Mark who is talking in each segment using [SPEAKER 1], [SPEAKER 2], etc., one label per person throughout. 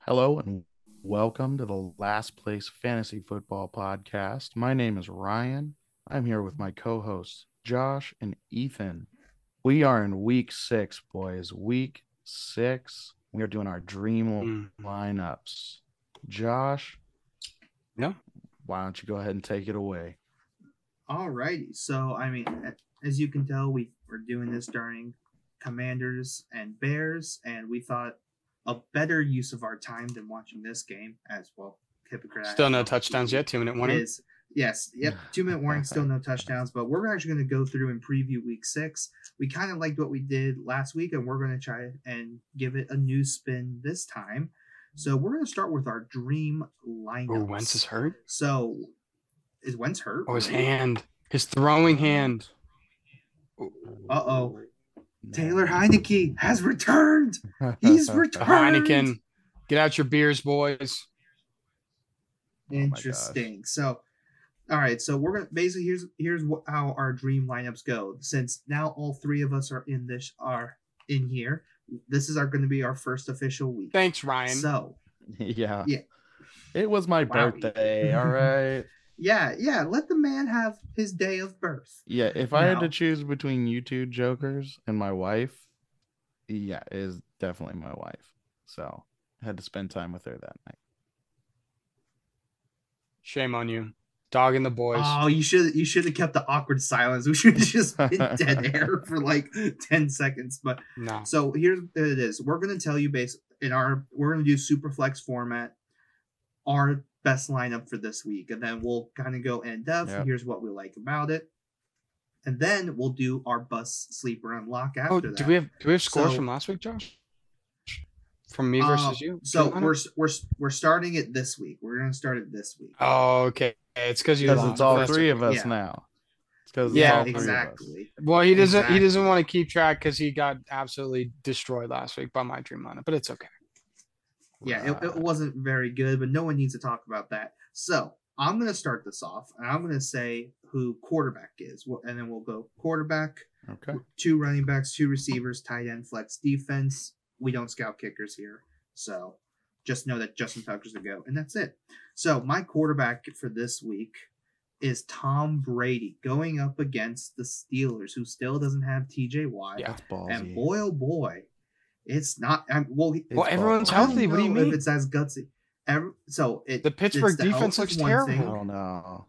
[SPEAKER 1] Hello and welcome to the Last Place Fantasy Football Podcast. My name is Ryan. I'm here with my co hosts, Josh and Ethan. We are in week six, boys. Week six. We are doing our dream
[SPEAKER 2] Mm.
[SPEAKER 1] lineups. Josh.
[SPEAKER 2] Yeah.
[SPEAKER 1] Why don't you go ahead and take it away?
[SPEAKER 3] Alrighty, so I mean, a- as you can tell, we were doing this during Commanders and Bears, and we thought a better use of our time than watching this game as well. Hypocrite.
[SPEAKER 2] Still no touchdowns yet. Two minute warning.
[SPEAKER 3] Is yes, yep. Two minute warning, still no touchdowns. But we're actually going to go through and preview Week Six. We kind of liked what we did last week, and we're going to try and give it a new spin this time. So we're going to start with our dream lineup.
[SPEAKER 2] Oh, Wentz is hurt.
[SPEAKER 3] So is Wentz hurt?
[SPEAKER 2] Oh, his hand. His throwing hand.
[SPEAKER 3] Uh oh. Taylor Heineke has returned.
[SPEAKER 1] Oh
[SPEAKER 3] He's
[SPEAKER 2] The
[SPEAKER 3] returned.
[SPEAKER 2] Heineken. Get out your beers, boys.
[SPEAKER 1] Oh my gosh.
[SPEAKER 3] Interesting. so, all right. So we're gonna basically here's here's wh- how our dream lineups go. Since now all three of us are in this are in here. This is our going to be our first official week.
[SPEAKER 2] Thanks, Ryan.
[SPEAKER 3] So
[SPEAKER 1] yeah.
[SPEAKER 3] Yeah.
[SPEAKER 1] It was my
[SPEAKER 3] Wow.
[SPEAKER 1] birthday. All right.
[SPEAKER 3] yeah, yeah. Let the man have his day of birth.
[SPEAKER 1] Yeah, if I had to
[SPEAKER 3] No.
[SPEAKER 1] choose between you two jokers and my wife, yeah, it is definitely my wife. So I had to spend time with her that night.
[SPEAKER 2] Shame on you. Dog and the boys.
[SPEAKER 3] Oh, you should you should have kept the awkward silence. We should have just been dead air for like ten seconds. But
[SPEAKER 2] no.
[SPEAKER 3] So here's what it is. We're gonna tell you based in our we're gonna do super flex format, our best lineup for this week, and then we'll kind of go in depth.
[SPEAKER 1] Yeah.
[SPEAKER 3] Here's what we like about it, and then we'll do our bus sleeper unlock after
[SPEAKER 2] Oh,
[SPEAKER 3] that.
[SPEAKER 2] do we have do we have scores
[SPEAKER 3] So-
[SPEAKER 2] from last week, Josh? From me
[SPEAKER 3] Uh,
[SPEAKER 2] versus you.
[SPEAKER 3] so
[SPEAKER 2] Dream lineup?
[SPEAKER 3] we're s- we're s- we're starting it this week. We're gonna start it this week.
[SPEAKER 2] Oh, okay. It's because you
[SPEAKER 1] Because
[SPEAKER 2] lost
[SPEAKER 1] it's all
[SPEAKER 2] last
[SPEAKER 1] three
[SPEAKER 2] week.
[SPEAKER 1] of us
[SPEAKER 3] Yeah.
[SPEAKER 1] now. It's because
[SPEAKER 2] Yeah,
[SPEAKER 1] all three of us.
[SPEAKER 3] exactly.
[SPEAKER 2] Well, he doesn't.
[SPEAKER 3] Exactly.
[SPEAKER 2] He doesn't want to keep track because he got absolutely destroyed last week by my dream lineup. But it's okay.
[SPEAKER 3] Yeah, it, it wasn't very good, but no one needs to talk about that. So I'm gonna start this off, and I'm gonna say who quarterback is, wh- and then we'll go quarterback.
[SPEAKER 1] Okay.
[SPEAKER 3] two running backs, two receivers, tight end, flex defense. We don't scout kickers here. So just know that Justin Tucker's the go, and that's it. So my quarterback for this week is Tom Brady going up against the Steelers, who still doesn't have TJ Watt.
[SPEAKER 2] Yeah.
[SPEAKER 1] That's ballsy.
[SPEAKER 3] And boy, oh boy, it's not. I'm, well, he-
[SPEAKER 1] It's
[SPEAKER 2] Well, everyone's
[SPEAKER 1] ballsy.
[SPEAKER 3] I don't
[SPEAKER 2] healthy. What do you
[SPEAKER 3] know
[SPEAKER 2] mean?
[SPEAKER 3] If it's as gutsy. Every, so it,
[SPEAKER 2] The Pittsburgh
[SPEAKER 3] it's the health
[SPEAKER 2] defense
[SPEAKER 3] is
[SPEAKER 2] looks
[SPEAKER 3] one
[SPEAKER 2] terrible.
[SPEAKER 1] I
[SPEAKER 3] thing.
[SPEAKER 1] don't know.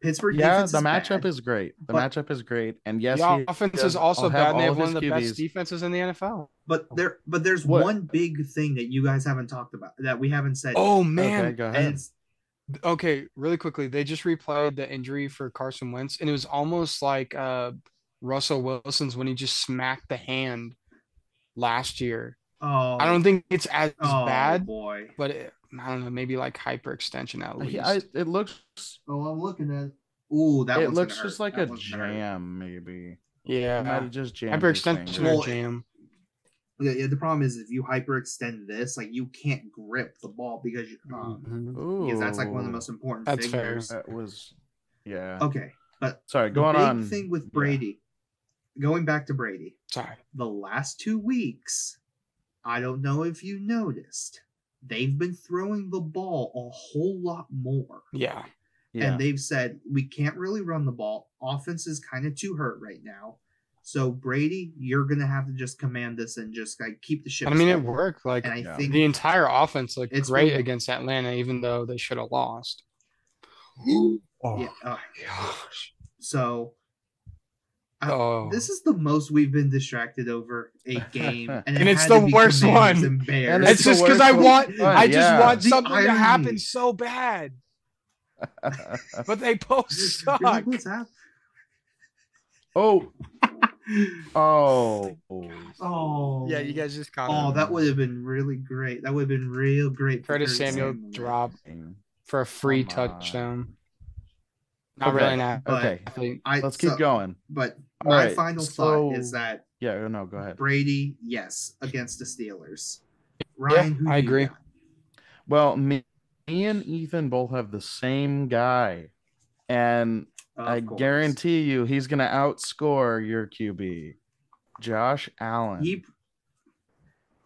[SPEAKER 3] Pittsburgh
[SPEAKER 1] Yeah,
[SPEAKER 3] defense
[SPEAKER 1] the
[SPEAKER 3] is
[SPEAKER 1] matchup
[SPEAKER 3] bad.
[SPEAKER 1] is great. The
[SPEAKER 3] but-
[SPEAKER 1] matchup is great. And yes,
[SPEAKER 2] the
[SPEAKER 1] he
[SPEAKER 2] offense
[SPEAKER 1] does-
[SPEAKER 2] is also
[SPEAKER 1] I'll have
[SPEAKER 2] bad, and they
[SPEAKER 1] all
[SPEAKER 2] have
[SPEAKER 1] of
[SPEAKER 2] one
[SPEAKER 1] his
[SPEAKER 2] of the
[SPEAKER 1] QBs.
[SPEAKER 2] best defenses in the NFL.
[SPEAKER 3] But there, but there's
[SPEAKER 1] Oh. What-
[SPEAKER 3] one big thing that you guys haven't talked about that we haven't said.
[SPEAKER 2] Oh
[SPEAKER 1] Okay,
[SPEAKER 2] man.
[SPEAKER 1] go
[SPEAKER 3] and
[SPEAKER 1] ahead.
[SPEAKER 3] it's
[SPEAKER 2] Okay, really quickly, they just replayed the injury for Carson Wentz, and it was almost like uh Russell Wilson's when he just smacked the hand last year.
[SPEAKER 3] oh,
[SPEAKER 2] I don't think it's as
[SPEAKER 3] oh,
[SPEAKER 2] bad,
[SPEAKER 3] boy.
[SPEAKER 2] but it, I don't know, maybe like hyperextension at least.
[SPEAKER 1] He- I, it looks
[SPEAKER 3] Oh, I'm looking at. Ooh, that
[SPEAKER 1] it
[SPEAKER 3] one's
[SPEAKER 1] looks
[SPEAKER 3] gonna
[SPEAKER 1] just
[SPEAKER 3] hurt.
[SPEAKER 1] like a
[SPEAKER 3] That one's gonna hurt.
[SPEAKER 1] jam, maybe. He might
[SPEAKER 2] yeah,
[SPEAKER 1] have just jammed his
[SPEAKER 2] hyperextension
[SPEAKER 1] finger.
[SPEAKER 2] or
[SPEAKER 3] Well,
[SPEAKER 2] jam.
[SPEAKER 3] Yeah, yeah, the problem is if you hyperextend this, like you can't grip the ball because you, um,
[SPEAKER 1] mm-hmm.
[SPEAKER 2] Mhm.
[SPEAKER 3] because that's like one of the
[SPEAKER 1] Ooh.
[SPEAKER 3] most important
[SPEAKER 2] That's fair.
[SPEAKER 3] figures.
[SPEAKER 1] That was, yeah.
[SPEAKER 3] Okay, but
[SPEAKER 1] Sorry,
[SPEAKER 3] the
[SPEAKER 1] going
[SPEAKER 3] big
[SPEAKER 1] on.
[SPEAKER 3] thing with
[SPEAKER 1] yeah.
[SPEAKER 3] Brady, going back to Brady,
[SPEAKER 2] Sorry.
[SPEAKER 3] the last two weeks, I don't know if you noticed, they've been throwing the ball a whole lot more.
[SPEAKER 2] Yeah.
[SPEAKER 1] Yeah.
[SPEAKER 3] and they've said we can't really run the ball. Offense is kind of too hurt right now. So Brady, you're gonna have to just command this and just like keep the ship.
[SPEAKER 2] I mean, it
[SPEAKER 3] steady.
[SPEAKER 2] worked. Like
[SPEAKER 3] And I
[SPEAKER 1] Yeah.
[SPEAKER 3] think
[SPEAKER 2] the entire offense looked
[SPEAKER 3] It's
[SPEAKER 2] great
[SPEAKER 3] really-
[SPEAKER 2] against Atlanta, even though they should have lost. Oh,
[SPEAKER 3] yeah. uh,
[SPEAKER 2] gosh.
[SPEAKER 3] so I-
[SPEAKER 2] Oh.
[SPEAKER 3] this is the most we've been distracted over a game, and, it
[SPEAKER 2] And it's
[SPEAKER 3] had to
[SPEAKER 2] the
[SPEAKER 3] be
[SPEAKER 2] worst
[SPEAKER 3] Commanders
[SPEAKER 2] one.
[SPEAKER 3] And Bears.
[SPEAKER 1] And
[SPEAKER 2] It's
[SPEAKER 1] the
[SPEAKER 2] just because I
[SPEAKER 1] worst
[SPEAKER 2] want,
[SPEAKER 3] one.
[SPEAKER 2] I just
[SPEAKER 1] Yeah.
[SPEAKER 2] want
[SPEAKER 3] The
[SPEAKER 2] something to
[SPEAKER 3] irony.
[SPEAKER 2] happen so bad, but they both
[SPEAKER 3] You're like,
[SPEAKER 2] suck.
[SPEAKER 3] what's happening?
[SPEAKER 1] oh, oh.
[SPEAKER 3] Oh,
[SPEAKER 2] Yeah, you guys just caught
[SPEAKER 3] Oh,
[SPEAKER 2] oh,
[SPEAKER 3] that would have been really great. That would have been real great. for
[SPEAKER 2] Curtis Samuel drop for a free
[SPEAKER 1] Come on.
[SPEAKER 2] touchdown. Not
[SPEAKER 1] Okay.
[SPEAKER 2] really an ath-
[SPEAKER 3] But
[SPEAKER 1] Okay,
[SPEAKER 2] athlete.
[SPEAKER 3] I,
[SPEAKER 1] let's keep
[SPEAKER 3] so-
[SPEAKER 1] going.
[SPEAKER 3] But
[SPEAKER 1] All
[SPEAKER 3] my
[SPEAKER 1] right,
[SPEAKER 3] final
[SPEAKER 1] so-
[SPEAKER 3] thought is that
[SPEAKER 1] Yeah, oh, no, go ahead.
[SPEAKER 3] Brady, yes, against the Steelers. Ryan, who
[SPEAKER 2] I
[SPEAKER 3] do you
[SPEAKER 2] agree.
[SPEAKER 3] got?
[SPEAKER 1] Well, me, me and Ethan both have the same guy, and
[SPEAKER 3] Of
[SPEAKER 1] I
[SPEAKER 3] course.
[SPEAKER 1] guarantee you he's going to outscore your QB, Josh Allen.
[SPEAKER 3] he.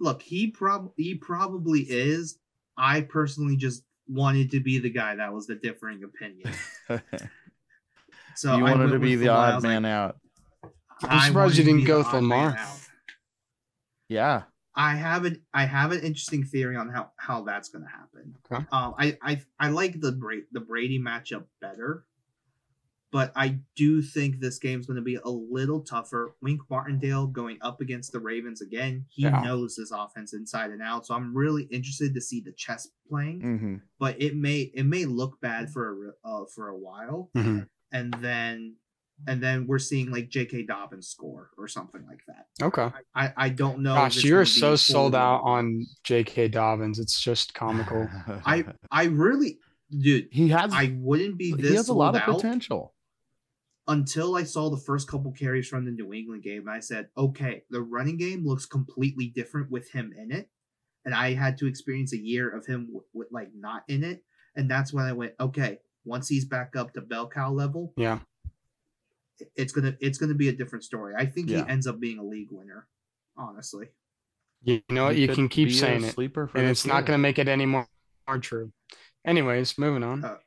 [SPEAKER 3] Look, he prob he probably is, I personally just wanted to be the guy that was the differing opinion. So
[SPEAKER 1] you
[SPEAKER 3] I
[SPEAKER 1] wanted
[SPEAKER 3] went
[SPEAKER 1] to be
[SPEAKER 3] with
[SPEAKER 1] the
[SPEAKER 3] Lamar. I
[SPEAKER 1] odd
[SPEAKER 3] was
[SPEAKER 1] man
[SPEAKER 3] like,
[SPEAKER 1] out.
[SPEAKER 2] I'm
[SPEAKER 3] I
[SPEAKER 2] surprised
[SPEAKER 3] wanted
[SPEAKER 2] you
[SPEAKER 3] to
[SPEAKER 2] didn't
[SPEAKER 3] be
[SPEAKER 2] go
[SPEAKER 3] the
[SPEAKER 2] with
[SPEAKER 3] odd man
[SPEAKER 2] Lamar.
[SPEAKER 3] out.
[SPEAKER 1] Yeah.
[SPEAKER 3] I have an I have an interesting theory on how how that's going to happen.
[SPEAKER 2] Okay.
[SPEAKER 3] Um, I I I like the Brady the Brady matchup better, but I do think this game's going to be a little tougher. Wink Martindale going up against the Ravens again. He
[SPEAKER 2] Yeah.
[SPEAKER 3] knows this offense inside and out, so I'm really interested to see the chess playing.
[SPEAKER 2] Mm.
[SPEAKER 1] hmm
[SPEAKER 3] But it may it may look bad for a re- uh, for a while,
[SPEAKER 2] Mhm.
[SPEAKER 3] and then and then we're seeing like J.K. Dobbins score or something like that.
[SPEAKER 2] Okay.
[SPEAKER 3] I I don't know. if
[SPEAKER 2] Gosh,
[SPEAKER 3] it's
[SPEAKER 2] you're
[SPEAKER 3] gonna be
[SPEAKER 2] so sold
[SPEAKER 3] fully-
[SPEAKER 2] out on J.K. Dobbins. It's just comical.
[SPEAKER 3] I I really, dude.
[SPEAKER 1] he has
[SPEAKER 3] I wouldn't be this
[SPEAKER 1] he has a lot of
[SPEAKER 3] sold out
[SPEAKER 1] potential.
[SPEAKER 3] until I saw the first couple carries from the New England game. And I said, okay, the running game looks completely different with him in it, and I had to experience a year of him w- with like not in it, and that's when I went, okay, once he's back up to bell cow level,
[SPEAKER 2] Yeah.
[SPEAKER 3] it's gonna it's gonna be a different story. I think
[SPEAKER 1] Yeah.
[SPEAKER 3] he ends up being a league winner, honestly.
[SPEAKER 2] You know what?
[SPEAKER 1] He
[SPEAKER 2] You
[SPEAKER 1] could
[SPEAKER 2] can keep
[SPEAKER 1] be a
[SPEAKER 2] saying it,
[SPEAKER 1] Sleeper for
[SPEAKER 2] and
[SPEAKER 1] the
[SPEAKER 2] it's not
[SPEAKER 1] field.
[SPEAKER 2] going to make it any more, more true. Anyways, moving on.
[SPEAKER 3] Uh,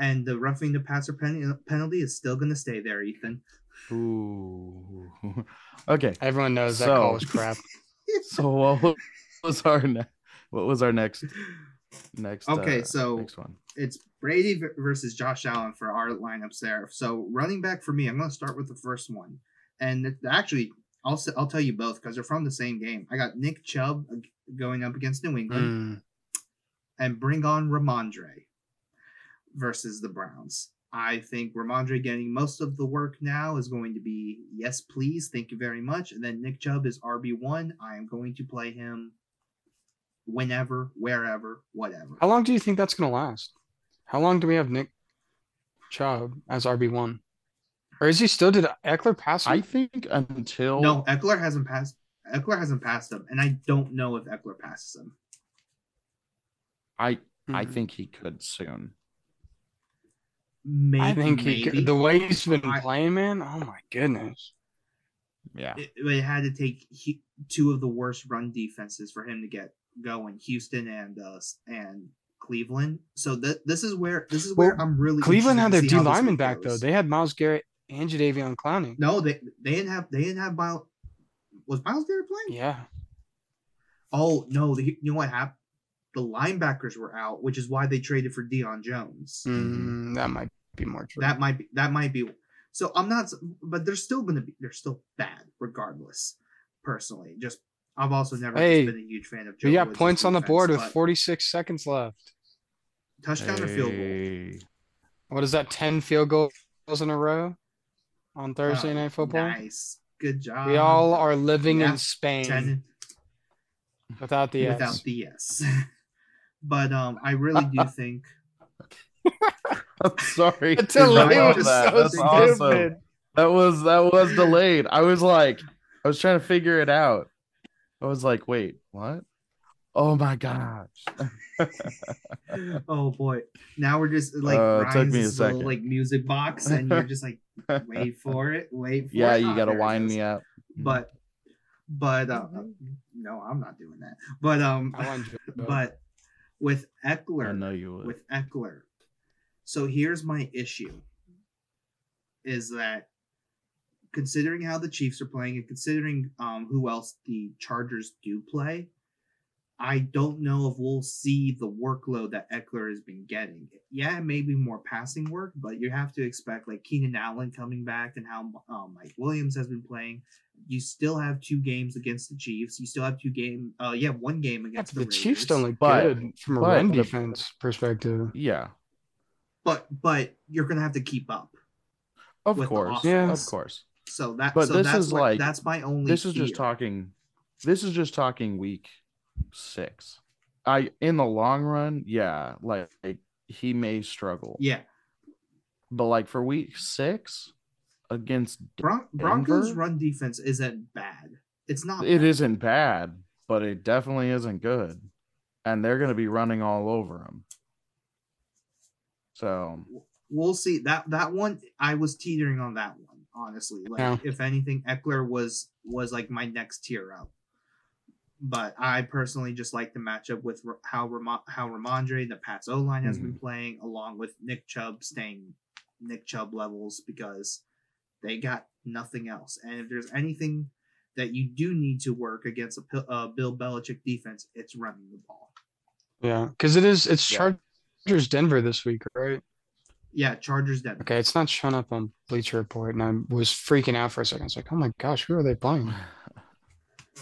[SPEAKER 3] And the roughing the passer pen- penalty is still gonna stay there, Ethan.
[SPEAKER 1] Ooh. okay.
[SPEAKER 2] Everyone knows that
[SPEAKER 1] so-
[SPEAKER 2] call was crap.
[SPEAKER 1] So what was our ne- what was our next next?
[SPEAKER 3] Okay,
[SPEAKER 1] uh,
[SPEAKER 3] so-
[SPEAKER 1] next one.
[SPEAKER 3] it's Brady v- versus Josh Allen for our lineups there. So running back for me, I'm going to start with the first one, and it- actually, I'll s- I'll tell you both because they're from the same game. I got Nick Chubb ag- going up against New England,
[SPEAKER 2] Mm.
[SPEAKER 3] and bring on Ramondre versus the Browns. I think Ramondre getting most of the work now is going to be yes, please, thank you very much. And then Nick Chubb is RB one. I am going to play him whenever, wherever, whatever.
[SPEAKER 2] How long do you think that's going to last? How long do we have Nick Chubb as RB one, or is he still? Did Eckler pass
[SPEAKER 1] I
[SPEAKER 2] him?
[SPEAKER 1] think
[SPEAKER 2] Oh.
[SPEAKER 1] until
[SPEAKER 3] No, Eckler hasn't passed. Eckler hasn't passed him, and I don't know if Eckler passes him.
[SPEAKER 1] I I
[SPEAKER 2] Mhm.
[SPEAKER 1] think he could soon.
[SPEAKER 3] Maybe,
[SPEAKER 2] I think he
[SPEAKER 3] maybe.
[SPEAKER 2] could, the way he's been
[SPEAKER 3] I-
[SPEAKER 2] playing, man. Oh my goodness.
[SPEAKER 1] Yeah.
[SPEAKER 3] it, it had to take he, two of the worst run defenses for him to get going: Houston and uh, s- and Cleveland. So th- this is where this is where
[SPEAKER 2] Well,
[SPEAKER 3] I'm really
[SPEAKER 2] Cleveland had their
[SPEAKER 3] interested
[SPEAKER 2] D
[SPEAKER 3] to see how this
[SPEAKER 2] lineman
[SPEAKER 3] week
[SPEAKER 2] back though.
[SPEAKER 3] goes.
[SPEAKER 2] They had Miles Garrett and Jadavion Clowney.
[SPEAKER 3] no, they they didn't have they didn't have Miles. Was Miles Garrett playing?
[SPEAKER 2] Yeah.
[SPEAKER 3] Oh no! The, you know what happened? The linebackers were out, which is why they traded for Deion Jones.
[SPEAKER 2] Mm, that might be more true.
[SPEAKER 3] That might be that might be. So I'm not, but they're still gonna be they're still bad regardless. Personally, just I've also never
[SPEAKER 2] Hey,
[SPEAKER 3] just been a huge fan of. Joe
[SPEAKER 2] we got
[SPEAKER 3] Woods'
[SPEAKER 2] points on the
[SPEAKER 3] defense,
[SPEAKER 2] board with
[SPEAKER 3] but
[SPEAKER 2] 46 seconds left.
[SPEAKER 3] touchdown or field goal.
[SPEAKER 1] Hey.
[SPEAKER 2] What is that? 10 field goals in a row on Thursday
[SPEAKER 3] Oh,
[SPEAKER 2] night football.
[SPEAKER 3] Nice, good job.
[SPEAKER 2] We all are living
[SPEAKER 3] yeah,
[SPEAKER 2] in Spain
[SPEAKER 3] ten
[SPEAKER 2] without the
[SPEAKER 3] without
[SPEAKER 2] S.
[SPEAKER 3] the S. but um, I really do think
[SPEAKER 1] I'm sorry.
[SPEAKER 2] Attila
[SPEAKER 1] I love
[SPEAKER 3] was
[SPEAKER 1] that.
[SPEAKER 3] so
[SPEAKER 1] That's awesome. That was that was delayed. I was like, I was trying to figure it out. I was like, wait, what? Oh my gosh.
[SPEAKER 3] oh boy, now we're just like
[SPEAKER 1] Uh, it
[SPEAKER 3] Ryan's
[SPEAKER 1] took me a
[SPEAKER 3] this little,
[SPEAKER 1] second.
[SPEAKER 3] like music box, and you're just like wait for it, wait. For
[SPEAKER 1] yeah,
[SPEAKER 3] it.
[SPEAKER 1] you
[SPEAKER 3] Ah,
[SPEAKER 1] gotta
[SPEAKER 3] there it
[SPEAKER 1] wind
[SPEAKER 3] is.
[SPEAKER 1] me up.
[SPEAKER 3] but but uh, no i'm not doing that but um
[SPEAKER 2] I want Joe.
[SPEAKER 3] but with
[SPEAKER 1] I
[SPEAKER 3] eckler
[SPEAKER 1] know you would.
[SPEAKER 3] with eckler so here's my issue is that considering how the chiefs are playing and considering um who else the chargers do play I don't know if we'll see the workload that Eckler has been getting. Yeah, maybe more passing work, but you have to expect like Keenan Allen coming back and how um, Mike Williams has been playing. You still have two games against the Chiefs. You still have two game. Uh, you have one game
[SPEAKER 2] Yeah,
[SPEAKER 3] against
[SPEAKER 2] the Chiefs
[SPEAKER 3] Raiders.
[SPEAKER 2] don't look
[SPEAKER 1] But-
[SPEAKER 2] good from a
[SPEAKER 1] but
[SPEAKER 2] run
[SPEAKER 1] the-
[SPEAKER 2] defense perspective.
[SPEAKER 1] yeah.
[SPEAKER 3] But but you're gonna have to keep up.
[SPEAKER 1] Of
[SPEAKER 3] with the
[SPEAKER 1] course.
[SPEAKER 2] Yeah.
[SPEAKER 1] Of course.
[SPEAKER 3] So that.
[SPEAKER 1] But
[SPEAKER 3] so
[SPEAKER 1] this
[SPEAKER 3] that's
[SPEAKER 1] is
[SPEAKER 3] what-
[SPEAKER 1] like-
[SPEAKER 3] that's my only.
[SPEAKER 1] this is just
[SPEAKER 3] fear.
[SPEAKER 1] talking this is just talking week six i in the long run yeah like, he may struggle
[SPEAKER 3] Yeah,
[SPEAKER 1] but like for week six against
[SPEAKER 3] Bron- Broncos
[SPEAKER 1] Denver?
[SPEAKER 3] run defense isn't bad. It's not.
[SPEAKER 1] it
[SPEAKER 3] bad.
[SPEAKER 1] isn't bad but it definitely isn't good and they're going to be running all over him so
[SPEAKER 3] we'll see that that one i was teetering on that one honestly like
[SPEAKER 2] Yeah.
[SPEAKER 3] if anything eckler was was like my next tier up But I personally just like the matchup with Ra- how Ramon, how Ramondre, the Pats O line has
[SPEAKER 2] Mm-hmm.
[SPEAKER 3] been playing, along with Nick Chubb staying Nick Chubb levels because they got nothing else. And if there's anything that you do need to work against a, Pil- a Bill Belichick defense, it's running the ball.
[SPEAKER 2] Yeah, because it is. It's
[SPEAKER 1] Yeah.
[SPEAKER 2] Chargers Denver this week, right?
[SPEAKER 3] Yeah, Chargers Denver.
[SPEAKER 2] Okay, it's not shown up on Bleacher Report, and I was freaking out for a second. It's like, oh my gosh, who are they playing?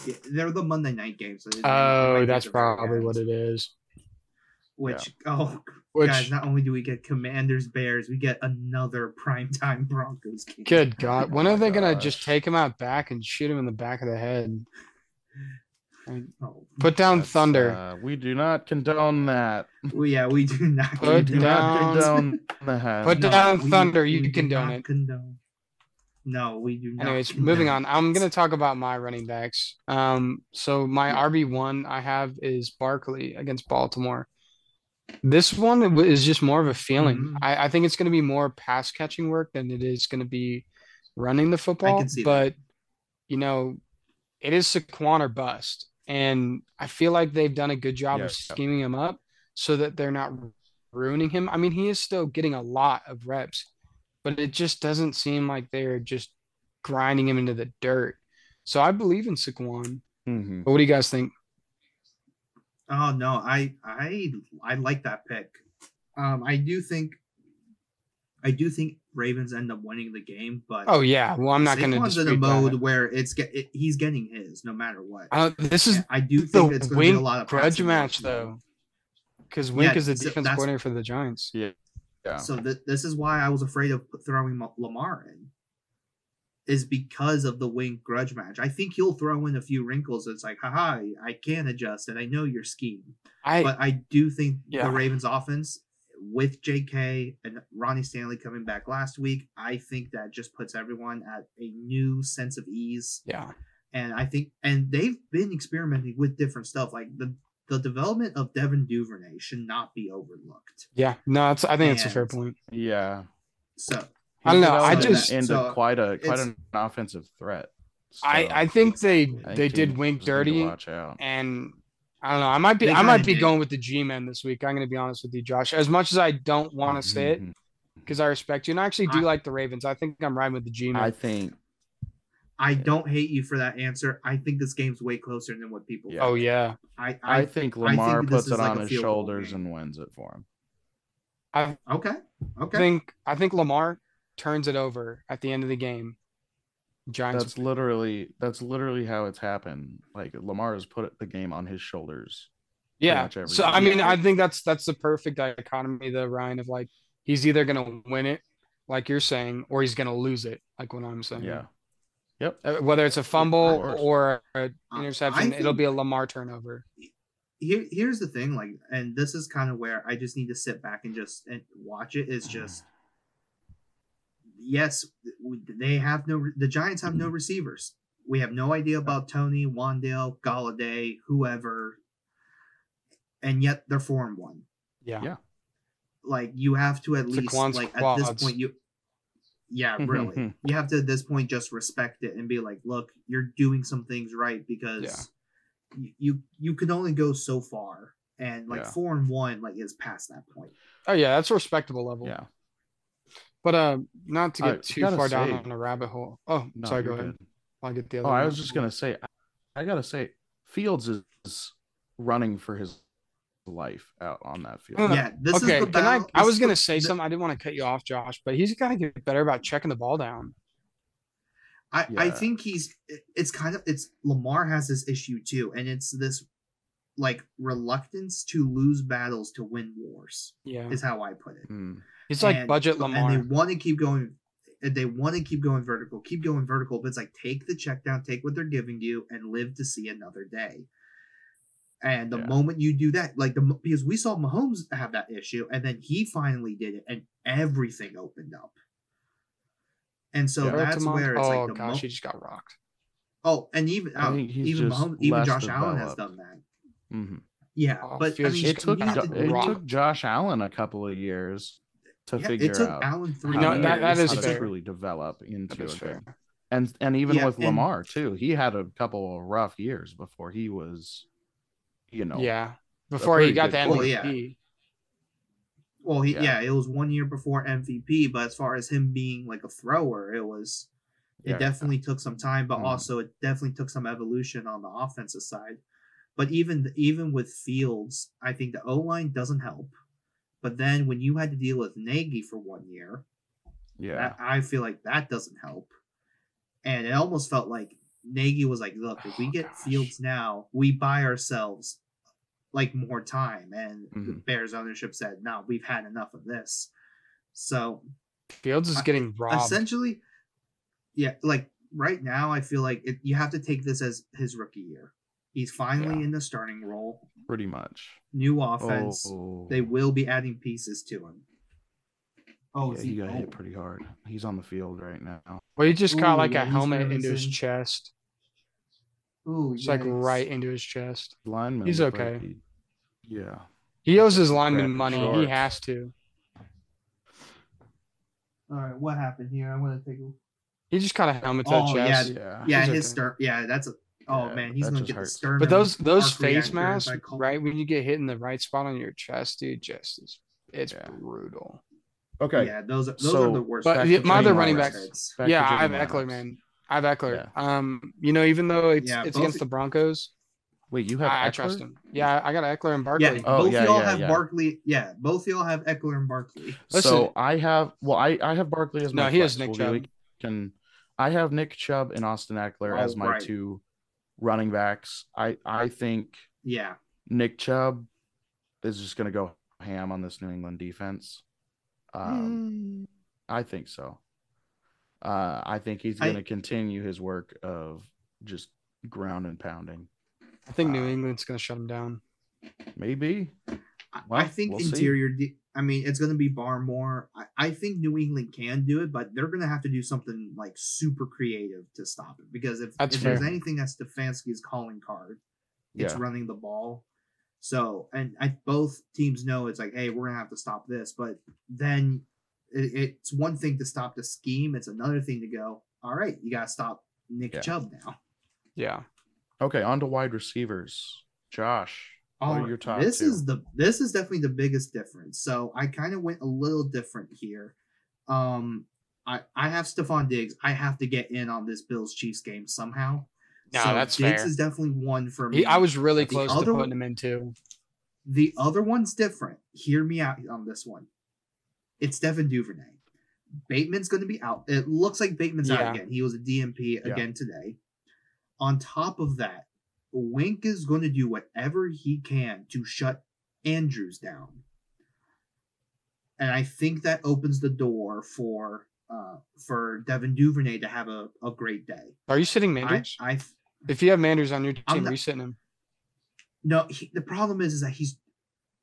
[SPEAKER 3] Yeah, they're the Monday night game. So they- they might
[SPEAKER 2] Oh,
[SPEAKER 3] be
[SPEAKER 2] that's
[SPEAKER 3] the
[SPEAKER 2] probably
[SPEAKER 3] Bears,
[SPEAKER 2] what it is.
[SPEAKER 3] Which oh
[SPEAKER 2] Which,
[SPEAKER 3] guys, not only do we get Commanders Bears, we get another primetime Broncos game.
[SPEAKER 2] good God, when
[SPEAKER 1] Oh
[SPEAKER 2] are
[SPEAKER 1] my
[SPEAKER 2] they gonna just
[SPEAKER 1] gosh.
[SPEAKER 2] take him out back and shoot him in the back of the head?
[SPEAKER 3] Oh,
[SPEAKER 2] Put down
[SPEAKER 1] That's,
[SPEAKER 2] Thunder.
[SPEAKER 1] uh, we do not condone that.
[SPEAKER 3] well, yeah, we do not
[SPEAKER 2] Put
[SPEAKER 1] do
[SPEAKER 3] condone-
[SPEAKER 1] not
[SPEAKER 2] down-
[SPEAKER 1] condone that.
[SPEAKER 2] Put
[SPEAKER 3] No,
[SPEAKER 2] down
[SPEAKER 3] we-
[SPEAKER 2] Thunder, you
[SPEAKER 3] we do
[SPEAKER 2] condone
[SPEAKER 3] not
[SPEAKER 2] it.
[SPEAKER 3] condone. No, we do not.
[SPEAKER 2] Anyways, moving
[SPEAKER 3] condone.
[SPEAKER 2] on. I'm gonna talk about my running backs. Um, so my
[SPEAKER 3] Yeah.
[SPEAKER 2] RB one I have is Barkley against Baltimore. This one w- is just more of a feeling.
[SPEAKER 3] Mhm.
[SPEAKER 2] I, I think it's gonna be more pass catching work than it is gonna be running the football.
[SPEAKER 3] see that.
[SPEAKER 2] but you know, it is Saquon or bust, and I feel like they've done a good job of
[SPEAKER 1] Yeah.
[SPEAKER 2] scheming him up so that they're not ruining him. I mean, he is still getting a lot of reps, but it just doesn't seem like they're just grinding him into the dirt. So I believe in Saquon.
[SPEAKER 1] hmm
[SPEAKER 2] But what do you guys think?
[SPEAKER 3] Oh no, I I I like that pick. Um, I do think, I do think Ravens end up winning the game, but
[SPEAKER 2] Oh yeah, well I'm not going to
[SPEAKER 3] Saquon's in a
[SPEAKER 2] dispute
[SPEAKER 3] mode
[SPEAKER 2] that.
[SPEAKER 3] where it's get it, he's getting his no matter what.
[SPEAKER 2] I don't- this is
[SPEAKER 3] And I do
[SPEAKER 2] the
[SPEAKER 3] think it's going to be a lot
[SPEAKER 2] Wink
[SPEAKER 3] of
[SPEAKER 2] grudge
[SPEAKER 3] passing
[SPEAKER 2] match
[SPEAKER 3] work.
[SPEAKER 2] though, because Wink
[SPEAKER 3] Yeah,
[SPEAKER 2] is the
[SPEAKER 3] so
[SPEAKER 2] defense
[SPEAKER 3] that's-
[SPEAKER 2] coordinator for the Giants.
[SPEAKER 1] Yeah.
[SPEAKER 3] So th- this is why I was afraid of throwing Ma- Lamar in, is because of the wink grudge match. I think he'll throw in a few wrinkles. It's like, haha, I can adjust, and I know your scheme.
[SPEAKER 2] I
[SPEAKER 3] But I do think
[SPEAKER 2] Yeah.
[SPEAKER 3] the Ravens' offense with J.K. and Ronnie Stanley coming back last week, I think that just puts everyone at a new sense of ease
[SPEAKER 2] yeah
[SPEAKER 3] and I think and they've been experimenting with different stuff. Like the the development of Devin Duvernay should not be overlooked.
[SPEAKER 2] yeah no it's, I think it's a fair
[SPEAKER 3] And-
[SPEAKER 2] point.
[SPEAKER 1] Yeah.
[SPEAKER 3] So
[SPEAKER 2] I don't know, I
[SPEAKER 1] developed
[SPEAKER 2] just-
[SPEAKER 1] into
[SPEAKER 3] so quite
[SPEAKER 1] quite a quite
[SPEAKER 3] it's-
[SPEAKER 1] an offensive threat.
[SPEAKER 2] I
[SPEAKER 1] So
[SPEAKER 2] I think they
[SPEAKER 3] Exactly.
[SPEAKER 1] I
[SPEAKER 2] they
[SPEAKER 1] think
[SPEAKER 2] did
[SPEAKER 1] teams
[SPEAKER 2] Wink
[SPEAKER 1] just need to
[SPEAKER 2] dirty.
[SPEAKER 1] Watch out.
[SPEAKER 2] and I don't know. I might be
[SPEAKER 3] They
[SPEAKER 2] I might
[SPEAKER 3] kinda
[SPEAKER 2] be
[SPEAKER 3] did.
[SPEAKER 2] going with the G men this week. I'm going to be honest with you, Josh. As much as I don't
[SPEAKER 3] Mm-hmm.
[SPEAKER 2] want to say it
[SPEAKER 1] Mhm.
[SPEAKER 2] because I respect you, and I actually do
[SPEAKER 3] I-
[SPEAKER 2] like the Ravens. I think I'm riding with the G
[SPEAKER 1] I
[SPEAKER 2] men.
[SPEAKER 1] think
[SPEAKER 3] I don't hate you for that answer. I think this game's way closer than what people.
[SPEAKER 1] Yeah.
[SPEAKER 2] Oh yeah,
[SPEAKER 3] I, I,
[SPEAKER 1] I think Lamar
[SPEAKER 3] this
[SPEAKER 1] puts
[SPEAKER 3] is
[SPEAKER 1] it
[SPEAKER 3] like
[SPEAKER 1] on
[SPEAKER 3] a
[SPEAKER 1] his
[SPEAKER 3] field goal
[SPEAKER 1] shoulders
[SPEAKER 3] game.
[SPEAKER 1] and wins it for him.
[SPEAKER 2] I
[SPEAKER 3] okay, okay.
[SPEAKER 2] think I think Lamar turns it over at the end of the game. Giants.
[SPEAKER 1] That's literally that's literally how it's happened. Like Lamar has put the game on his shoulders.
[SPEAKER 2] yeah.
[SPEAKER 1] much every
[SPEAKER 2] So I
[SPEAKER 1] game.
[SPEAKER 2] mean, I think that's that's the perfect dichotomy, though, Ryan. Of like, he's either going to win it, like you're saying, or he's going to lose it, like what I'm saying.
[SPEAKER 1] Yeah. Yep.
[SPEAKER 2] Uh, Whether it's a fumble
[SPEAKER 1] course.
[SPEAKER 2] or an
[SPEAKER 3] Uh, I- I
[SPEAKER 2] interception, it'll
[SPEAKER 3] think-
[SPEAKER 2] be a Lamar turnover.
[SPEAKER 3] Here, here's the thing. Like, and this is kind of where I just need to sit back and just and watch it.
[SPEAKER 2] Mm.
[SPEAKER 3] Is just yes, we- they have no. The Giants have
[SPEAKER 2] Mm-hmm.
[SPEAKER 3] no receivers. We have no idea about Tony Wandale, Galladay, whoever, and yet they're four and one.
[SPEAKER 2] Yeah.
[SPEAKER 1] Yeah.
[SPEAKER 3] like you have to at least
[SPEAKER 2] Saquon's
[SPEAKER 3] like at
[SPEAKER 2] quads.
[SPEAKER 3] this point you yeah really you have to at this point just respect it and be like look you're doing some things right because you you, you can only go so far and like
[SPEAKER 1] Yeah.
[SPEAKER 3] four and one like is past that point
[SPEAKER 2] Oh yeah, that's a respectable level.
[SPEAKER 1] Yeah.
[SPEAKER 2] But uh, not to
[SPEAKER 1] I
[SPEAKER 2] get too
[SPEAKER 1] gotta
[SPEAKER 2] far down
[SPEAKER 1] say-
[SPEAKER 2] on a rabbit hole. Oh,
[SPEAKER 1] No,
[SPEAKER 2] sorry. Go
[SPEAKER 1] you're
[SPEAKER 2] ahead.
[SPEAKER 1] good.
[SPEAKER 2] I'll get the other.
[SPEAKER 1] Oh,
[SPEAKER 2] one.
[SPEAKER 1] I was just gonna say, I, I gotta say, Fields is- is running for his life out on that field.
[SPEAKER 2] No, no,
[SPEAKER 3] yeah this
[SPEAKER 2] okay,
[SPEAKER 3] is the
[SPEAKER 2] can I?
[SPEAKER 3] battle-
[SPEAKER 2] I
[SPEAKER 3] this
[SPEAKER 2] was
[SPEAKER 3] is
[SPEAKER 2] gonna
[SPEAKER 3] the-
[SPEAKER 2] say
[SPEAKER 3] the-
[SPEAKER 2] something. I didn't want to cut you off, Josh, but he's got to get better about checking the ball down.
[SPEAKER 3] I, I
[SPEAKER 1] Yeah.
[SPEAKER 3] think he's it- it's kind of it's Lamar has this issue too, and it's this like reluctance to lose battles to win wars
[SPEAKER 2] Yeah,
[SPEAKER 3] is how I put it.
[SPEAKER 1] Hmm.
[SPEAKER 2] he's like
[SPEAKER 3] and-
[SPEAKER 2] budget Lamar.
[SPEAKER 3] and they want to keep going and they want to keep going vertical keep going vertical but it's like take the check down take what they're giving you and live to see another day and the
[SPEAKER 1] Yeah.
[SPEAKER 3] moment you do that like the mo- because we saw mahomes have that issue and then he finally did it and everything opened up and so
[SPEAKER 1] Yeah.
[SPEAKER 2] Throw it to
[SPEAKER 3] that's
[SPEAKER 2] Mon-
[SPEAKER 3] where it's
[SPEAKER 2] oh
[SPEAKER 3] like the
[SPEAKER 2] gosh,
[SPEAKER 3] mo-
[SPEAKER 2] he just got rocked.
[SPEAKER 3] oh and even
[SPEAKER 1] I
[SPEAKER 3] uh,
[SPEAKER 1] think he's
[SPEAKER 3] even
[SPEAKER 1] just
[SPEAKER 3] mahomes even
[SPEAKER 1] less
[SPEAKER 3] josh allen has
[SPEAKER 1] developed.
[SPEAKER 3] done that
[SPEAKER 1] Mhm.
[SPEAKER 3] yeah
[SPEAKER 2] Oh,
[SPEAKER 3] but I
[SPEAKER 2] Fields
[SPEAKER 3] mean,
[SPEAKER 2] just
[SPEAKER 1] It took
[SPEAKER 3] you
[SPEAKER 2] got
[SPEAKER 1] Jo-
[SPEAKER 3] have to-
[SPEAKER 1] it
[SPEAKER 2] rocked.
[SPEAKER 1] took Josh Allen a couple of years to
[SPEAKER 3] yeah,
[SPEAKER 1] figure
[SPEAKER 3] it took
[SPEAKER 1] out
[SPEAKER 3] allen three
[SPEAKER 1] how
[SPEAKER 2] No,
[SPEAKER 1] to-
[SPEAKER 2] that- that
[SPEAKER 1] how
[SPEAKER 2] is
[SPEAKER 1] to
[SPEAKER 2] fair.
[SPEAKER 1] truly develop into
[SPEAKER 2] That is
[SPEAKER 1] a good
[SPEAKER 2] fair.
[SPEAKER 1] and and even
[SPEAKER 3] Yeah,
[SPEAKER 1] with
[SPEAKER 3] and-
[SPEAKER 1] Lamar too, he had a couple of rough years before he was, you know,
[SPEAKER 2] Yeah. Before he
[SPEAKER 1] pretty
[SPEAKER 2] got
[SPEAKER 1] good
[SPEAKER 2] the MVP.
[SPEAKER 1] point.
[SPEAKER 3] Well, yeah. Well, he,
[SPEAKER 1] Yeah.
[SPEAKER 3] yeah. it was one year before MVP, but as far as him being like a thrower, it was it
[SPEAKER 1] Yeah.
[SPEAKER 3] definitely took some time, but
[SPEAKER 1] Mhm.
[SPEAKER 3] also it definitely took some evolution on the offensive side. But even even with Fields, I think the O line doesn't help. But then when you had to deal with Nagy for one year,
[SPEAKER 1] yeah.
[SPEAKER 3] that, I feel like that doesn't help. And it almost felt like Nagy was like, "Look, if we
[SPEAKER 2] Oh,
[SPEAKER 3] get
[SPEAKER 2] gosh.
[SPEAKER 3] Fields now, we buy ourselves like more time." And the
[SPEAKER 1] Mhm.
[SPEAKER 3] Bears ownership said, "No, we've had enough of this." So
[SPEAKER 2] Fields is
[SPEAKER 3] I-
[SPEAKER 2] getting robbed.
[SPEAKER 3] essentially, yeah, like right now, I feel like it, you have to take this as his rookie year. He's finally
[SPEAKER 1] Yeah.
[SPEAKER 3] in the starting role,
[SPEAKER 1] pretty much.
[SPEAKER 3] new offense.
[SPEAKER 1] oh,
[SPEAKER 3] They will be adding pieces to him. Oh,
[SPEAKER 1] yeah,
[SPEAKER 3] is he-
[SPEAKER 1] he got
[SPEAKER 3] oh.
[SPEAKER 1] hit pretty hard. He's on the field right now.
[SPEAKER 2] well, he just got
[SPEAKER 3] Ooh,
[SPEAKER 2] like a
[SPEAKER 3] he's
[SPEAKER 2] helmet into his
[SPEAKER 3] missing.
[SPEAKER 2] chest.
[SPEAKER 3] Ooh,
[SPEAKER 2] It's like
[SPEAKER 3] yikes.
[SPEAKER 2] right into his chest.
[SPEAKER 1] Lineman.
[SPEAKER 2] He's
[SPEAKER 1] look like
[SPEAKER 2] okay.
[SPEAKER 1] he- yeah.
[SPEAKER 2] He owes his
[SPEAKER 1] Crap,
[SPEAKER 2] lineman money. He
[SPEAKER 1] shorts.
[SPEAKER 2] has to.
[SPEAKER 3] All right, what happened here? I want to take. a
[SPEAKER 2] He just got a helmet to the
[SPEAKER 3] Oh, yeah,
[SPEAKER 2] chest.
[SPEAKER 1] Yeah.
[SPEAKER 3] Yeah,
[SPEAKER 2] He's
[SPEAKER 3] his
[SPEAKER 2] okay.
[SPEAKER 3] stern. Yeah, that's a. Oh
[SPEAKER 1] Yeah,
[SPEAKER 3] man, he's
[SPEAKER 1] that
[SPEAKER 3] gonna
[SPEAKER 1] just
[SPEAKER 3] get the
[SPEAKER 1] hurts.
[SPEAKER 3] sternum.
[SPEAKER 2] But those those
[SPEAKER 3] arc reactor,
[SPEAKER 2] face
[SPEAKER 3] as
[SPEAKER 2] masks,
[SPEAKER 3] I call-
[SPEAKER 2] right? When you get hit in the right spot on your chest, dude, just is it's
[SPEAKER 1] Yeah.
[SPEAKER 2] brutal.
[SPEAKER 1] Okay.
[SPEAKER 3] Yeah, those those
[SPEAKER 1] So-
[SPEAKER 3] are the worst.
[SPEAKER 2] But
[SPEAKER 1] Back
[SPEAKER 2] the-
[SPEAKER 1] to
[SPEAKER 2] my
[SPEAKER 1] Jimmy
[SPEAKER 2] other running
[SPEAKER 1] Lawrence.
[SPEAKER 2] backs.
[SPEAKER 3] heads.
[SPEAKER 1] Back to
[SPEAKER 2] yeah, I have
[SPEAKER 1] Jimmy
[SPEAKER 2] Eckler,
[SPEAKER 1] Lawrence.
[SPEAKER 2] man. I have Eckler. Um, you know, even though it's
[SPEAKER 3] Yeah,
[SPEAKER 2] it's
[SPEAKER 3] both-
[SPEAKER 2] against the Broncos,
[SPEAKER 1] Wait, you have
[SPEAKER 2] I, I
[SPEAKER 1] Eckler?
[SPEAKER 2] trust him. Yeah, I got Eckler and
[SPEAKER 3] Yeah,
[SPEAKER 2] Barkley.
[SPEAKER 1] Oh,
[SPEAKER 3] both
[SPEAKER 1] yeah,
[SPEAKER 3] y'all
[SPEAKER 1] yeah,
[SPEAKER 3] have
[SPEAKER 1] yeah.
[SPEAKER 3] Barkley. Yeah, both y'all have Eckler and Barkley.
[SPEAKER 2] Listen.
[SPEAKER 1] So I have well, I I have Barkley as
[SPEAKER 2] No,
[SPEAKER 1] my.
[SPEAKER 2] he has
[SPEAKER 1] flex.
[SPEAKER 2] Nick
[SPEAKER 1] We'll be-
[SPEAKER 2] Chubb.
[SPEAKER 1] we can- I have Nick Chubb and Austin Eckler as
[SPEAKER 3] Oh,
[SPEAKER 1] my
[SPEAKER 3] right.
[SPEAKER 1] two running backs. I I think
[SPEAKER 3] Yeah,
[SPEAKER 1] Nick Chubb is just going to go ham on this New England defense.
[SPEAKER 3] Hmm.
[SPEAKER 1] Um, I think so. Uh, I think he's
[SPEAKER 3] I-
[SPEAKER 1] going to continue his work of just ground and pounding.
[SPEAKER 2] I think New
[SPEAKER 1] uh,
[SPEAKER 2] England's gonna shut him down.
[SPEAKER 1] Maybe.
[SPEAKER 3] I- I
[SPEAKER 1] Well,
[SPEAKER 3] think
[SPEAKER 1] we'll see.
[SPEAKER 3] interior. De- I mean, it's gonna be Barmore. I, I think New England can do it, but they're gonna have to do something like super creative to stop it. Because if,
[SPEAKER 2] That's
[SPEAKER 3] if there's
[SPEAKER 2] fair.
[SPEAKER 3] anything that's Stefanski's calling card, it's
[SPEAKER 1] Yeah.
[SPEAKER 3] running the ball. So, and I, both teams know it's like, hey, we're gonna have to stop this. But then it, it's one thing to stop the scheme; it's another thing to go, all right, you gotta stop Nick
[SPEAKER 1] Yeah.
[SPEAKER 3] Chubb now.
[SPEAKER 2] Yeah.
[SPEAKER 1] Okay, on to wide receivers. Josh, What are
[SPEAKER 3] Oh,
[SPEAKER 1] your top
[SPEAKER 3] this
[SPEAKER 1] two?
[SPEAKER 3] is the this is definitely the biggest difference. So I kind of went a little different here. Um, I I have Stephon Diggs. I have to get in on this Bills Chiefs game somehow.
[SPEAKER 2] No,
[SPEAKER 3] So
[SPEAKER 2] that's
[SPEAKER 3] Diggs
[SPEAKER 2] fair.
[SPEAKER 3] is definitely one for me.
[SPEAKER 2] He, I was really
[SPEAKER 1] The
[SPEAKER 2] close to
[SPEAKER 3] other
[SPEAKER 2] putting
[SPEAKER 3] one-
[SPEAKER 2] him in too.
[SPEAKER 3] The other one's different. Hear me out on this one. It's Devin Duvernay. Bateman's going to be out. It looks like Bateman's
[SPEAKER 2] Yeah.
[SPEAKER 3] out again. He was a DMP
[SPEAKER 1] Yeah.
[SPEAKER 3] again today. On top of that, Wink is going to do whatever he can to shut Andrews down. And I think that opens the door for uh, for Devin Duvernay to have a, a great day.
[SPEAKER 2] Are you sitting
[SPEAKER 3] I,
[SPEAKER 2] Manders?
[SPEAKER 3] I
[SPEAKER 2] if you have Manders on your
[SPEAKER 3] I'm
[SPEAKER 2] team,
[SPEAKER 3] not-
[SPEAKER 2] are you sitting him?
[SPEAKER 3] No, he, the problem is is that he's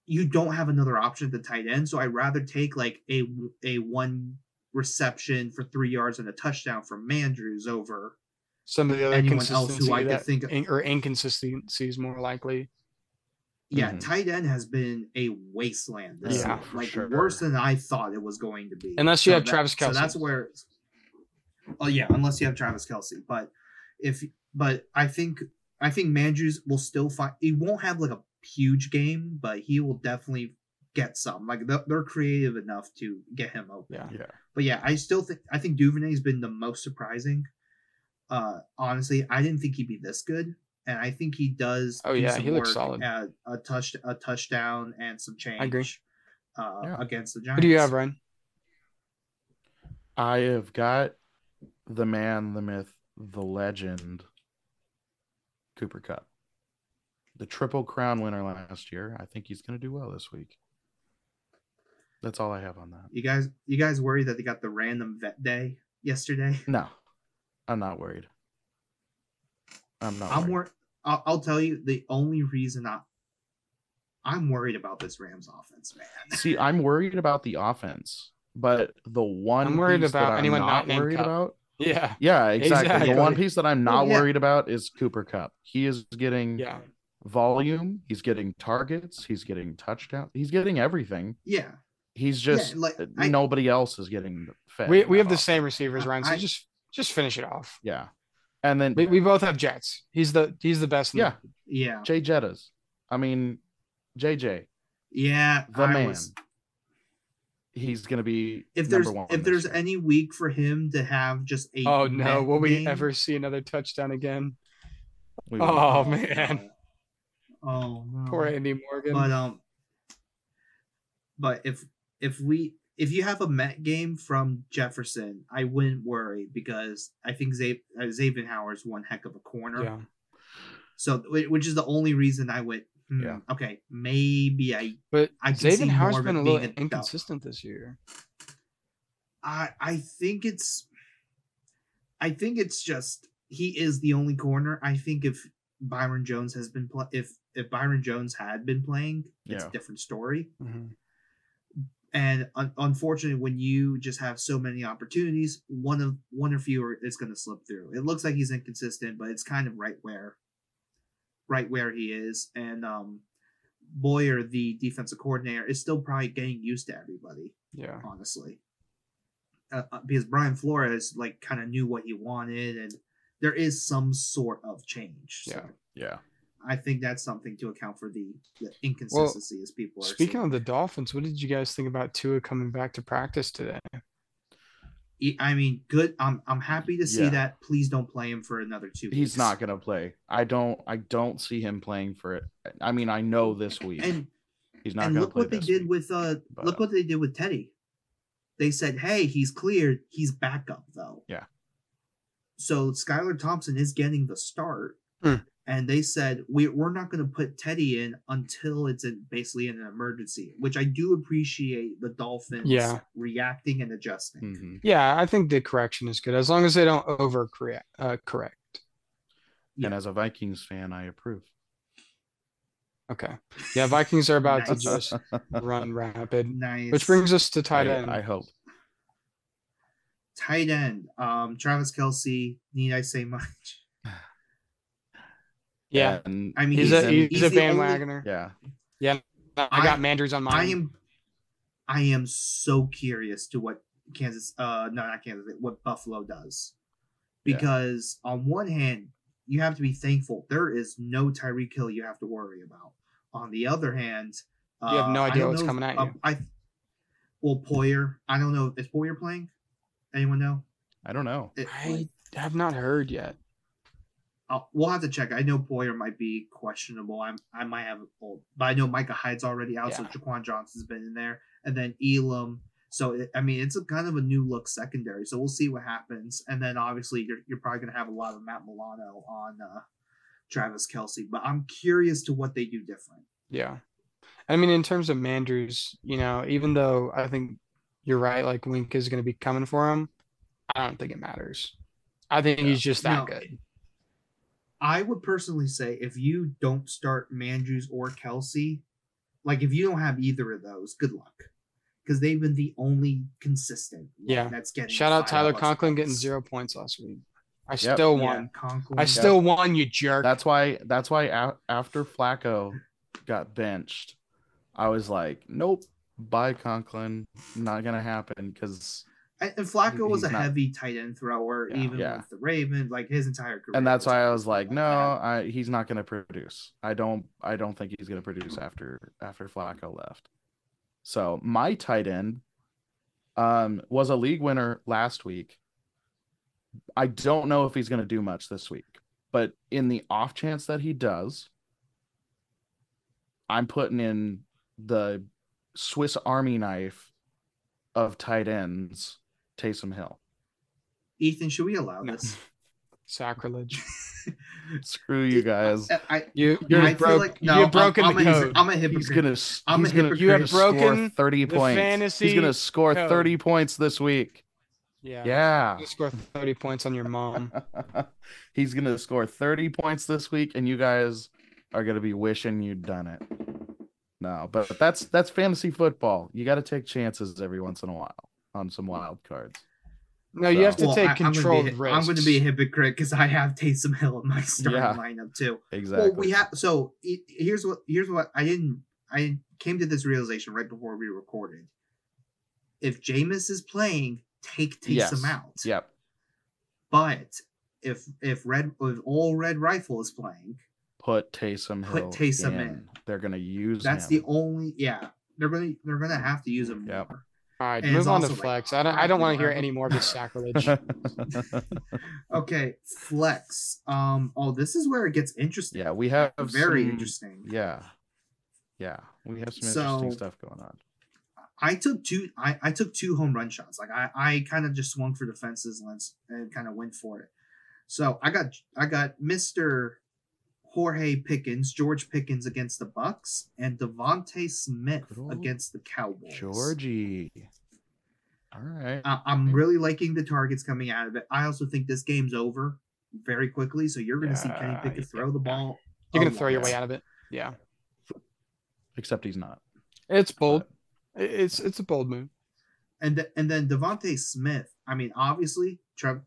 [SPEAKER 3] you don't have another option at the tight end, so I'd rather take like a a one reception for three yards and a touchdown from Mandrews over.
[SPEAKER 2] Some of the other
[SPEAKER 3] Anyone else who
[SPEAKER 2] consistency
[SPEAKER 3] I could
[SPEAKER 2] that-
[SPEAKER 3] think of-
[SPEAKER 2] in- or inconsistencies more likely.
[SPEAKER 3] Yeah,
[SPEAKER 1] Mhm.
[SPEAKER 3] tight end has been a wasteland. This
[SPEAKER 2] Mm-hmm. Yeah,
[SPEAKER 3] year.
[SPEAKER 1] for
[SPEAKER 3] like
[SPEAKER 1] sure.
[SPEAKER 3] worse than I thought it was going to be.
[SPEAKER 2] Unless you have Travis
[SPEAKER 3] So that's
[SPEAKER 2] Kelce.
[SPEAKER 3] where. Oh yeah, unless you have Travis Kelsey, but if but I think I think Mandrews will still find he won't have like a huge game, but he will definitely get some. Like they're, they're creative enough to get him open.
[SPEAKER 2] Yeah.
[SPEAKER 1] yeah.
[SPEAKER 3] But yeah, I still think I think Duvernay's been the most surprising. Uh, honestly, I didn't think he'd be this good, and I think he does.
[SPEAKER 2] Oh,
[SPEAKER 3] do
[SPEAKER 2] yeah,
[SPEAKER 3] some
[SPEAKER 2] he looks
[SPEAKER 3] work
[SPEAKER 2] solid.
[SPEAKER 3] at a touch, a touchdown, and some change.
[SPEAKER 2] agree.
[SPEAKER 3] Uh,
[SPEAKER 1] Yeah.
[SPEAKER 3] Against the Giants.
[SPEAKER 2] Who do you have, Ryan?
[SPEAKER 1] I have got the man, the myth, the legend, Cooper Cup. The triple crown winner last year. I think he's going to do well this week. That's all I have on that.
[SPEAKER 3] You guys, you guys worried that they got the random vet day yesterday?
[SPEAKER 1] No, I'm not worried. I'm not.
[SPEAKER 3] I'm
[SPEAKER 1] worried.
[SPEAKER 3] wor- I'll, I'll tell you the only reason I, I'm worried about this Rams offense, man.
[SPEAKER 1] See, I'm worried about the offense, but the one
[SPEAKER 2] I'm worried
[SPEAKER 1] piece that
[SPEAKER 2] about
[SPEAKER 1] I'm
[SPEAKER 2] anyone
[SPEAKER 1] not
[SPEAKER 2] not named
[SPEAKER 1] worried
[SPEAKER 2] Kupp.
[SPEAKER 1] about.
[SPEAKER 2] Yeah.
[SPEAKER 1] Yeah, exactly. The one
[SPEAKER 2] Exactly.
[SPEAKER 1] piece that I'm not
[SPEAKER 3] yeah.
[SPEAKER 1] worried about is Cooper Cup. He is getting
[SPEAKER 2] Yeah.
[SPEAKER 1] volume. He's getting targets. He's getting touchdowns. He's getting everything.
[SPEAKER 3] Yeah,
[SPEAKER 1] He's just uh,
[SPEAKER 3] like, I-
[SPEAKER 1] nobody else is getting fed.
[SPEAKER 2] We
[SPEAKER 1] in
[SPEAKER 2] we
[SPEAKER 1] that
[SPEAKER 2] have the
[SPEAKER 1] offense.
[SPEAKER 2] same receivers, Ryan. So
[SPEAKER 3] I-
[SPEAKER 2] just Just finish it off.
[SPEAKER 1] Yeah. And then
[SPEAKER 2] We, we both have Jets. He's the he's the best. in the-
[SPEAKER 1] yeah,
[SPEAKER 3] Yeah.
[SPEAKER 1] Jay Jettas. I mean, JJ,
[SPEAKER 3] Yeah.
[SPEAKER 1] the
[SPEAKER 3] I
[SPEAKER 1] man.
[SPEAKER 3] was-
[SPEAKER 1] He's gonna be
[SPEAKER 3] if
[SPEAKER 1] number
[SPEAKER 3] there's
[SPEAKER 1] one
[SPEAKER 3] if
[SPEAKER 1] this
[SPEAKER 3] there's
[SPEAKER 1] year.
[SPEAKER 3] any week for him to have just a
[SPEAKER 2] Oh no!
[SPEAKER 3] net
[SPEAKER 2] Will we
[SPEAKER 3] game,
[SPEAKER 2] ever see another touchdown again?
[SPEAKER 1] We will.
[SPEAKER 2] Oh man,
[SPEAKER 3] no. Oh no.
[SPEAKER 2] poor Andy Morgan.
[SPEAKER 3] But um, but if if we if you have a Met game from Jefferson, I wouldn't worry because I think Zav- uh, Zaven Howard's one heck of a corner.
[SPEAKER 2] yeah.
[SPEAKER 3] So whi- which is the only reason I would. hmm,
[SPEAKER 1] Yeah.
[SPEAKER 3] Okay, maybe I
[SPEAKER 2] But
[SPEAKER 3] I can see
[SPEAKER 2] Zayden Howard's
[SPEAKER 3] more of
[SPEAKER 2] been
[SPEAKER 3] it
[SPEAKER 2] a
[SPEAKER 3] being
[SPEAKER 2] little
[SPEAKER 3] a dub.
[SPEAKER 2] inconsistent this year.
[SPEAKER 3] I I think it's I think it's just he is the only corner. I think if Byron Jones has been pl- if if Byron Jones had been playing, it's
[SPEAKER 1] Yeah.
[SPEAKER 3] a different story.
[SPEAKER 2] Mhm.
[SPEAKER 3] And un- unfortunately, when you just have so many opportunities, one of one or fewer is going to slip through. It looks like he's inconsistent, but it's kind of right where, right where he is. And um, Boyer, the defensive coordinator, is still probably getting used to everybody
[SPEAKER 2] Yeah.
[SPEAKER 3] honestly. Uh, uh, because Brian Flores like kind of knew what he wanted, and there is some sort of change. So
[SPEAKER 2] Yeah.
[SPEAKER 1] Yeah.
[SPEAKER 3] I think that's something to account for the, the inconsistency as people are.
[SPEAKER 2] Speaking
[SPEAKER 3] seeing.
[SPEAKER 2] of the Dolphins, what did you guys think about Tua coming back to practice today?
[SPEAKER 3] E- I mean, good. I'm I'm happy to see
[SPEAKER 1] Yeah.
[SPEAKER 3] that. Please don't play him for another two.
[SPEAKER 1] He's
[SPEAKER 3] weeks.
[SPEAKER 1] not gonna play. I don't I don't see him playing for it. I mean, I know this week
[SPEAKER 3] And
[SPEAKER 1] he's not
[SPEAKER 3] and
[SPEAKER 1] gonna
[SPEAKER 3] look
[SPEAKER 1] play
[SPEAKER 3] what they
[SPEAKER 1] this
[SPEAKER 3] did
[SPEAKER 1] week.
[SPEAKER 3] with uh,
[SPEAKER 1] but-
[SPEAKER 3] look what they did with Teddy. They said, "Hey, he's cleared. He's backup though."
[SPEAKER 1] Yeah.
[SPEAKER 3] So Skylar Thompson is getting the start,
[SPEAKER 2] Hmm.
[SPEAKER 3] and they said we we're not going to put Teddy in until it's in, basically in an emergency, which I do appreciate the Dolphins
[SPEAKER 2] Yeah.
[SPEAKER 3] reacting and adjusting.
[SPEAKER 1] Mhm.
[SPEAKER 2] Yeah, I think the correction is good as long as they don't over correct. Uh, correct.
[SPEAKER 1] And as a Vikings fan, I approve.
[SPEAKER 2] Okay.
[SPEAKER 1] Hmm.
[SPEAKER 2] Yeah, Vikings are about
[SPEAKER 3] Nice.
[SPEAKER 2] to just run rapid,
[SPEAKER 3] Nice.
[SPEAKER 2] which brings us to tight
[SPEAKER 1] I-
[SPEAKER 2] end.
[SPEAKER 1] I, hope.
[SPEAKER 3] tight end, um, Travis Kelsey. Need I say much?
[SPEAKER 2] yeah,
[SPEAKER 1] And
[SPEAKER 3] I mean,
[SPEAKER 2] he's,
[SPEAKER 1] he's
[SPEAKER 2] a
[SPEAKER 1] in-
[SPEAKER 2] he's,
[SPEAKER 3] he's
[SPEAKER 2] a
[SPEAKER 3] the only-
[SPEAKER 2] bandwagoner.
[SPEAKER 1] yeah.
[SPEAKER 2] I got Manders on
[SPEAKER 3] I
[SPEAKER 2] mine.
[SPEAKER 3] am I am so curious to what Kansas uh no not Kansas what Buffalo does.
[SPEAKER 1] Yeah.
[SPEAKER 3] Because on one hand, you have to be thankful there is no Tyreek Hill you have to worry about. On the other hand,
[SPEAKER 2] You have no
[SPEAKER 3] uh, I
[SPEAKER 2] idea
[SPEAKER 3] don't
[SPEAKER 2] what's
[SPEAKER 3] know if-
[SPEAKER 2] coming at
[SPEAKER 3] uh,
[SPEAKER 2] you.
[SPEAKER 3] I well Poyer, I don't know is Poyer playing? Anyone know?
[SPEAKER 1] I don't know.
[SPEAKER 3] It-
[SPEAKER 2] I have not heard yet.
[SPEAKER 3] I'll, Oh, we'll have to check. I know Boyer might be questionable. I'm I might have a pulled, but I know Micah Hyde's already out, so
[SPEAKER 2] Yeah.
[SPEAKER 3] Jaquan Johnson's been in there, and then Elam. So it, I mean, it's a kind of a new look secondary. So we'll see what happens, and then obviously you're you're probably gonna have a lot of Matt Milano on uh, Travis Kelsey. But I'm curious to what they do different.
[SPEAKER 2] Yeah. I mean, in terms of Manders, you know, even though I think you're right, like Wink is going to be coming for him, I don't think it matters. I think he's just that
[SPEAKER 3] No.
[SPEAKER 2] good.
[SPEAKER 3] I would personally say if you don't start Mandrews or Kelsey, like if you don't have either of those, good luck. Because they've been the only consistent one
[SPEAKER 2] Yeah.
[SPEAKER 3] that's getting
[SPEAKER 2] Shout out
[SPEAKER 3] five
[SPEAKER 2] Tyler
[SPEAKER 3] plus
[SPEAKER 2] Conklin getting
[SPEAKER 3] points.
[SPEAKER 2] zero points last week. I
[SPEAKER 1] Yep.
[SPEAKER 2] still
[SPEAKER 3] Yeah,
[SPEAKER 2] won.
[SPEAKER 3] Conklin.
[SPEAKER 2] I still won, you jerk.
[SPEAKER 1] That's why. That's why a- after Flacco got benched, I was like, "Nope, bye Conklin. Not gonna happen." Because
[SPEAKER 3] and, and Flacco was
[SPEAKER 1] He's
[SPEAKER 3] a
[SPEAKER 1] not-
[SPEAKER 3] heavy tight end thrower,
[SPEAKER 2] Yeah.
[SPEAKER 3] even
[SPEAKER 1] Yeah.
[SPEAKER 3] with the Raven, like his entire career.
[SPEAKER 1] and that's
[SPEAKER 3] was
[SPEAKER 1] why I was like,
[SPEAKER 3] that.
[SPEAKER 1] "No, I, he's not gonna produce. I don't. I don't think he's gonna produce after after Flacco left." So my tight end, um, was a league winner last week. I don't know if he's gonna do much this week, but in the off chance that he does, I'm putting in the Swiss Army knife of tight ends, Taysom Hill.
[SPEAKER 3] Ethan, should we allow
[SPEAKER 2] No.
[SPEAKER 3] this?
[SPEAKER 2] Sacrilege.
[SPEAKER 1] Screw you guys.
[SPEAKER 3] I, I,
[SPEAKER 2] You
[SPEAKER 1] You're
[SPEAKER 2] you
[SPEAKER 3] I
[SPEAKER 1] I
[SPEAKER 3] feel
[SPEAKER 2] broke
[SPEAKER 3] like no,
[SPEAKER 2] you've broken
[SPEAKER 3] I'm,
[SPEAKER 2] the
[SPEAKER 3] I'm a,
[SPEAKER 2] code.
[SPEAKER 3] I'm a hypocrite.
[SPEAKER 1] He's gonna.
[SPEAKER 3] I'm a
[SPEAKER 1] he's gonna,
[SPEAKER 3] hypocrite. You have
[SPEAKER 1] he's gonna score
[SPEAKER 2] broken
[SPEAKER 1] thirty
[SPEAKER 2] the
[SPEAKER 1] points. he's
[SPEAKER 2] fantasy
[SPEAKER 1] gonna score
[SPEAKER 2] code.
[SPEAKER 1] thirty points this week.
[SPEAKER 2] yeah.
[SPEAKER 1] Yeah.
[SPEAKER 2] You score 30 points on your mom.
[SPEAKER 1] he's gonna score thirty points this week, and you guys are gonna be wishing you'd done it. No, but that's that's fantasy football. You got to take chances every once in a while on some wild cards.
[SPEAKER 2] No, you have to
[SPEAKER 3] Well,
[SPEAKER 2] take
[SPEAKER 3] I-
[SPEAKER 2] controlled
[SPEAKER 3] I'm gonna be,
[SPEAKER 2] risks.
[SPEAKER 3] I'm going to be a hypocrite because I have Taysom Hill in my starting
[SPEAKER 1] Yeah.
[SPEAKER 3] lineup too.
[SPEAKER 1] Exactly.
[SPEAKER 3] Well, we have so e- here's what here's what I didn't I came to this realization right before we recorded. If Jameis is playing, take Taysom
[SPEAKER 1] Yes.
[SPEAKER 3] out.
[SPEAKER 1] Yep.
[SPEAKER 3] But if if red if all red rifle is playing,
[SPEAKER 1] Put Taysom
[SPEAKER 3] Put
[SPEAKER 1] Hill.
[SPEAKER 3] Taysom
[SPEAKER 1] in.
[SPEAKER 3] in.
[SPEAKER 1] They're gonna use
[SPEAKER 3] that's
[SPEAKER 1] him.
[SPEAKER 3] the only yeah. They're gonna they're gonna have to use him
[SPEAKER 1] Yep.
[SPEAKER 3] more.
[SPEAKER 2] All right,
[SPEAKER 3] And it's
[SPEAKER 2] move on to
[SPEAKER 3] also, like,
[SPEAKER 2] flex. I don't. I don't want to hear
[SPEAKER 3] practically
[SPEAKER 2] any more of this sacrilege.
[SPEAKER 3] Okay, flex. Um oh this is where it gets interesting.
[SPEAKER 1] yeah, we have
[SPEAKER 3] Very
[SPEAKER 1] some-
[SPEAKER 3] interesting.
[SPEAKER 1] Yeah, yeah, we have some
[SPEAKER 3] So-
[SPEAKER 1] interesting stuff going on.
[SPEAKER 3] I took two. I, I took two home run shots. Like I, I kind of just swung for defenses and let's- and kind of went for it. So I got I got Mister Jorge Pickens, George Pickens against the Bucks, and Devonte Smith
[SPEAKER 1] Good old
[SPEAKER 3] against the Cowboys.
[SPEAKER 1] Georgie. All right.
[SPEAKER 2] Um,
[SPEAKER 3] I, I'm really liking the targets coming out of it. I also think this game's over very quickly, so you're going to see Kenny
[SPEAKER 1] Yeah,
[SPEAKER 3] Pickett throw the ball.
[SPEAKER 2] You're
[SPEAKER 3] a
[SPEAKER 2] gonna throw your
[SPEAKER 3] lot.
[SPEAKER 2] way out of it. Yeah,
[SPEAKER 1] Except he's not.
[SPEAKER 2] it's bold. It- It's it's a bold move.
[SPEAKER 3] And th- and then Devonte Smith. I mean, obviously, Trev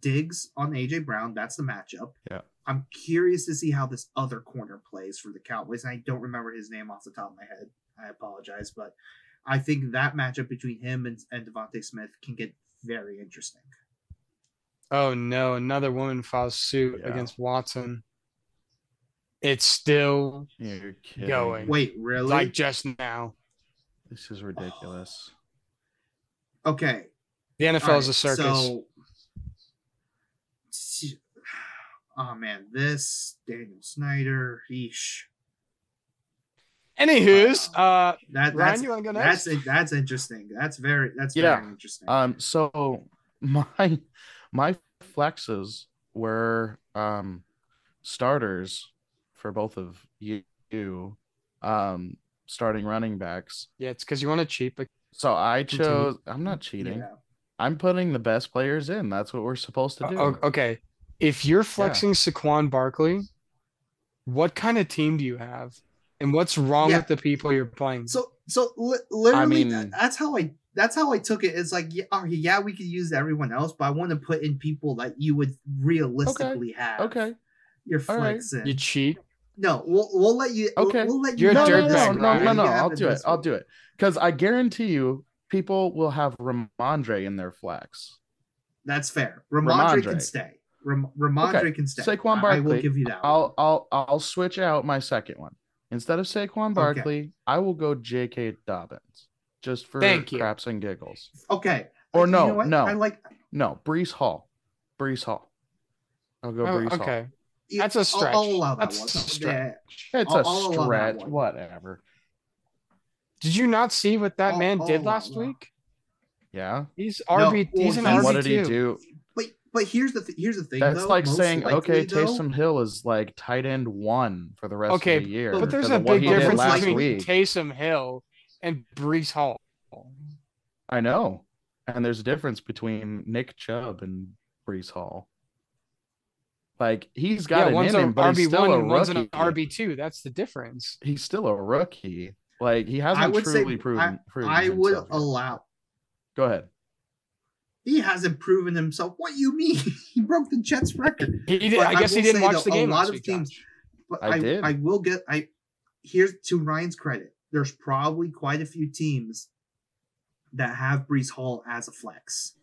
[SPEAKER 3] Diggs on AJ Brown. That's the matchup.
[SPEAKER 1] Yeah.
[SPEAKER 3] I'm curious to see how this other corner plays for the Cowboys. And I don't remember his name off the top of my head. I apologize, but I think that matchup between him and, and Devonte Smith can get very interesting.
[SPEAKER 2] Oh no, another woman files suit
[SPEAKER 1] Yeah.
[SPEAKER 2] against Watson. It's still
[SPEAKER 1] You're kidding.
[SPEAKER 2] Going.
[SPEAKER 3] Wait, really?
[SPEAKER 2] like just now.
[SPEAKER 1] This is ridiculous.
[SPEAKER 3] okay.
[SPEAKER 2] The NFL is a
[SPEAKER 3] All right,
[SPEAKER 2] circus.
[SPEAKER 3] So, oh man, this Daniel Snyder, eesh.
[SPEAKER 2] Anywho's, uh,
[SPEAKER 3] That
[SPEAKER 2] Ryan,
[SPEAKER 3] that's
[SPEAKER 2] you want to go next?
[SPEAKER 3] that's that's interesting. That's very that's
[SPEAKER 1] Yeah.
[SPEAKER 3] very interesting.
[SPEAKER 1] Um, so my my flexes were um starters for both of you, um, starting running backs.
[SPEAKER 2] yeah, it's because you want to cheat, but
[SPEAKER 1] So I
[SPEAKER 2] Continue.
[SPEAKER 1] chose. I'm not cheating.
[SPEAKER 3] Yeah.
[SPEAKER 1] I'm putting the best players in. That's what we're supposed to do.
[SPEAKER 2] O- Uh, okay. If you're flexing Saquon Barkley, what kind of team do you have, and what's wrong
[SPEAKER 3] Yeah.
[SPEAKER 2] with the people you're playing?
[SPEAKER 3] So so li- literally,
[SPEAKER 1] mean-
[SPEAKER 3] that- that's how I that's how I took it. It's like yeah, all right, yeah, we could use everyone else, but I want to put in people that you would realistically have.
[SPEAKER 1] Okay.
[SPEAKER 3] your
[SPEAKER 1] all right.
[SPEAKER 3] flex in.
[SPEAKER 2] you cheat.
[SPEAKER 3] no, we'll we'll let you. we'll-
[SPEAKER 1] Okay.
[SPEAKER 3] we'll, let you.
[SPEAKER 2] You're a
[SPEAKER 1] no,
[SPEAKER 3] know
[SPEAKER 1] no,
[SPEAKER 2] dirtbag,
[SPEAKER 3] this
[SPEAKER 1] no,
[SPEAKER 3] week.
[SPEAKER 1] no,
[SPEAKER 2] Ryan.
[SPEAKER 1] no, no,
[SPEAKER 3] You
[SPEAKER 1] I'll
[SPEAKER 3] have
[SPEAKER 1] do it.
[SPEAKER 3] this
[SPEAKER 1] I'll
[SPEAKER 3] week.
[SPEAKER 1] do it. Because I guarantee you, people will have Ramondre in their flex.
[SPEAKER 3] That's fair. Ramondre, can
[SPEAKER 1] Ramondre.
[SPEAKER 3] stay. Ram- Ramondre
[SPEAKER 1] Okay,
[SPEAKER 3] can stay.
[SPEAKER 1] Saquon
[SPEAKER 3] I- I will
[SPEAKER 1] Barkley,
[SPEAKER 3] give you that. one.
[SPEAKER 1] I'll I'll I'll switch out my second one. Instead of Saquon Barkley, I will go J.K. Dobbins just for
[SPEAKER 2] Thank you.
[SPEAKER 1] craps and giggles.
[SPEAKER 3] okay.
[SPEAKER 1] Or
[SPEAKER 3] You
[SPEAKER 1] no,
[SPEAKER 3] know what?
[SPEAKER 1] no,
[SPEAKER 3] I like.
[SPEAKER 1] no, Brees Hall, Brees Hall. I'll go
[SPEAKER 2] Oh,
[SPEAKER 1] Brees Hall.
[SPEAKER 2] okay. That's a
[SPEAKER 3] I'll-
[SPEAKER 2] stretch.
[SPEAKER 3] I'll allow that
[SPEAKER 2] That's
[SPEAKER 3] one.
[SPEAKER 2] a stretch.
[SPEAKER 1] It's
[SPEAKER 3] I'll-
[SPEAKER 1] a
[SPEAKER 3] I'll allow that
[SPEAKER 1] stretch,
[SPEAKER 3] one.
[SPEAKER 1] whatever.
[SPEAKER 2] Did you not see what that
[SPEAKER 3] I'll-
[SPEAKER 2] man
[SPEAKER 3] I'll
[SPEAKER 2] did
[SPEAKER 3] allow
[SPEAKER 2] last
[SPEAKER 3] that.
[SPEAKER 2] week?
[SPEAKER 1] Yeah.
[SPEAKER 2] He's
[SPEAKER 3] No,
[SPEAKER 2] RB.
[SPEAKER 3] well,
[SPEAKER 2] he's an
[SPEAKER 1] And
[SPEAKER 2] RB
[SPEAKER 3] he's-
[SPEAKER 1] what did he
[SPEAKER 2] two.
[SPEAKER 1] do?
[SPEAKER 3] But but here's the th- here's the thing.
[SPEAKER 1] That's
[SPEAKER 3] though,
[SPEAKER 1] like
[SPEAKER 3] most
[SPEAKER 1] saying,
[SPEAKER 3] likely,
[SPEAKER 1] okay,
[SPEAKER 3] though-
[SPEAKER 1] Taysom Hill is like tight end one for the rest
[SPEAKER 2] Okay,
[SPEAKER 1] of the year.
[SPEAKER 2] But there's
[SPEAKER 1] because
[SPEAKER 2] a
[SPEAKER 1] of what
[SPEAKER 2] big
[SPEAKER 1] he did
[SPEAKER 2] difference
[SPEAKER 1] last
[SPEAKER 2] between
[SPEAKER 1] week.
[SPEAKER 2] Taysom Hill and Brees Hall.
[SPEAKER 1] I know. And there's a difference between Nick Chubb and Brees Hall. Like he's got
[SPEAKER 2] yeah,
[SPEAKER 1] it
[SPEAKER 2] one's
[SPEAKER 1] in
[SPEAKER 2] a
[SPEAKER 1] him, but he's
[SPEAKER 2] RB
[SPEAKER 1] still
[SPEAKER 2] one
[SPEAKER 1] a
[SPEAKER 2] and one's an
[SPEAKER 1] rookie.
[SPEAKER 2] RB two. That's the difference.
[SPEAKER 1] He's still a rookie. Like he hasn't
[SPEAKER 3] I would say-
[SPEAKER 1] truly proven. proven
[SPEAKER 3] I would
[SPEAKER 1] himself yet.
[SPEAKER 3] allow.
[SPEAKER 1] Go ahead.
[SPEAKER 3] He hasn't proven himself. What you mean? he broke the Jets record.
[SPEAKER 2] He did,
[SPEAKER 3] But
[SPEAKER 2] I
[SPEAKER 3] I
[SPEAKER 2] guess he
[SPEAKER 3] will
[SPEAKER 2] didn't
[SPEAKER 3] say,
[SPEAKER 2] watch
[SPEAKER 3] though,
[SPEAKER 2] the
[SPEAKER 3] a
[SPEAKER 2] game
[SPEAKER 3] lot
[SPEAKER 2] last
[SPEAKER 3] of
[SPEAKER 2] week.
[SPEAKER 3] teams-
[SPEAKER 2] Josh.
[SPEAKER 3] But
[SPEAKER 1] I
[SPEAKER 3] I,
[SPEAKER 1] did.
[SPEAKER 3] I will get. I here's to Ryan's credit. There's probably quite a few teams that have Brees Hall as a flex,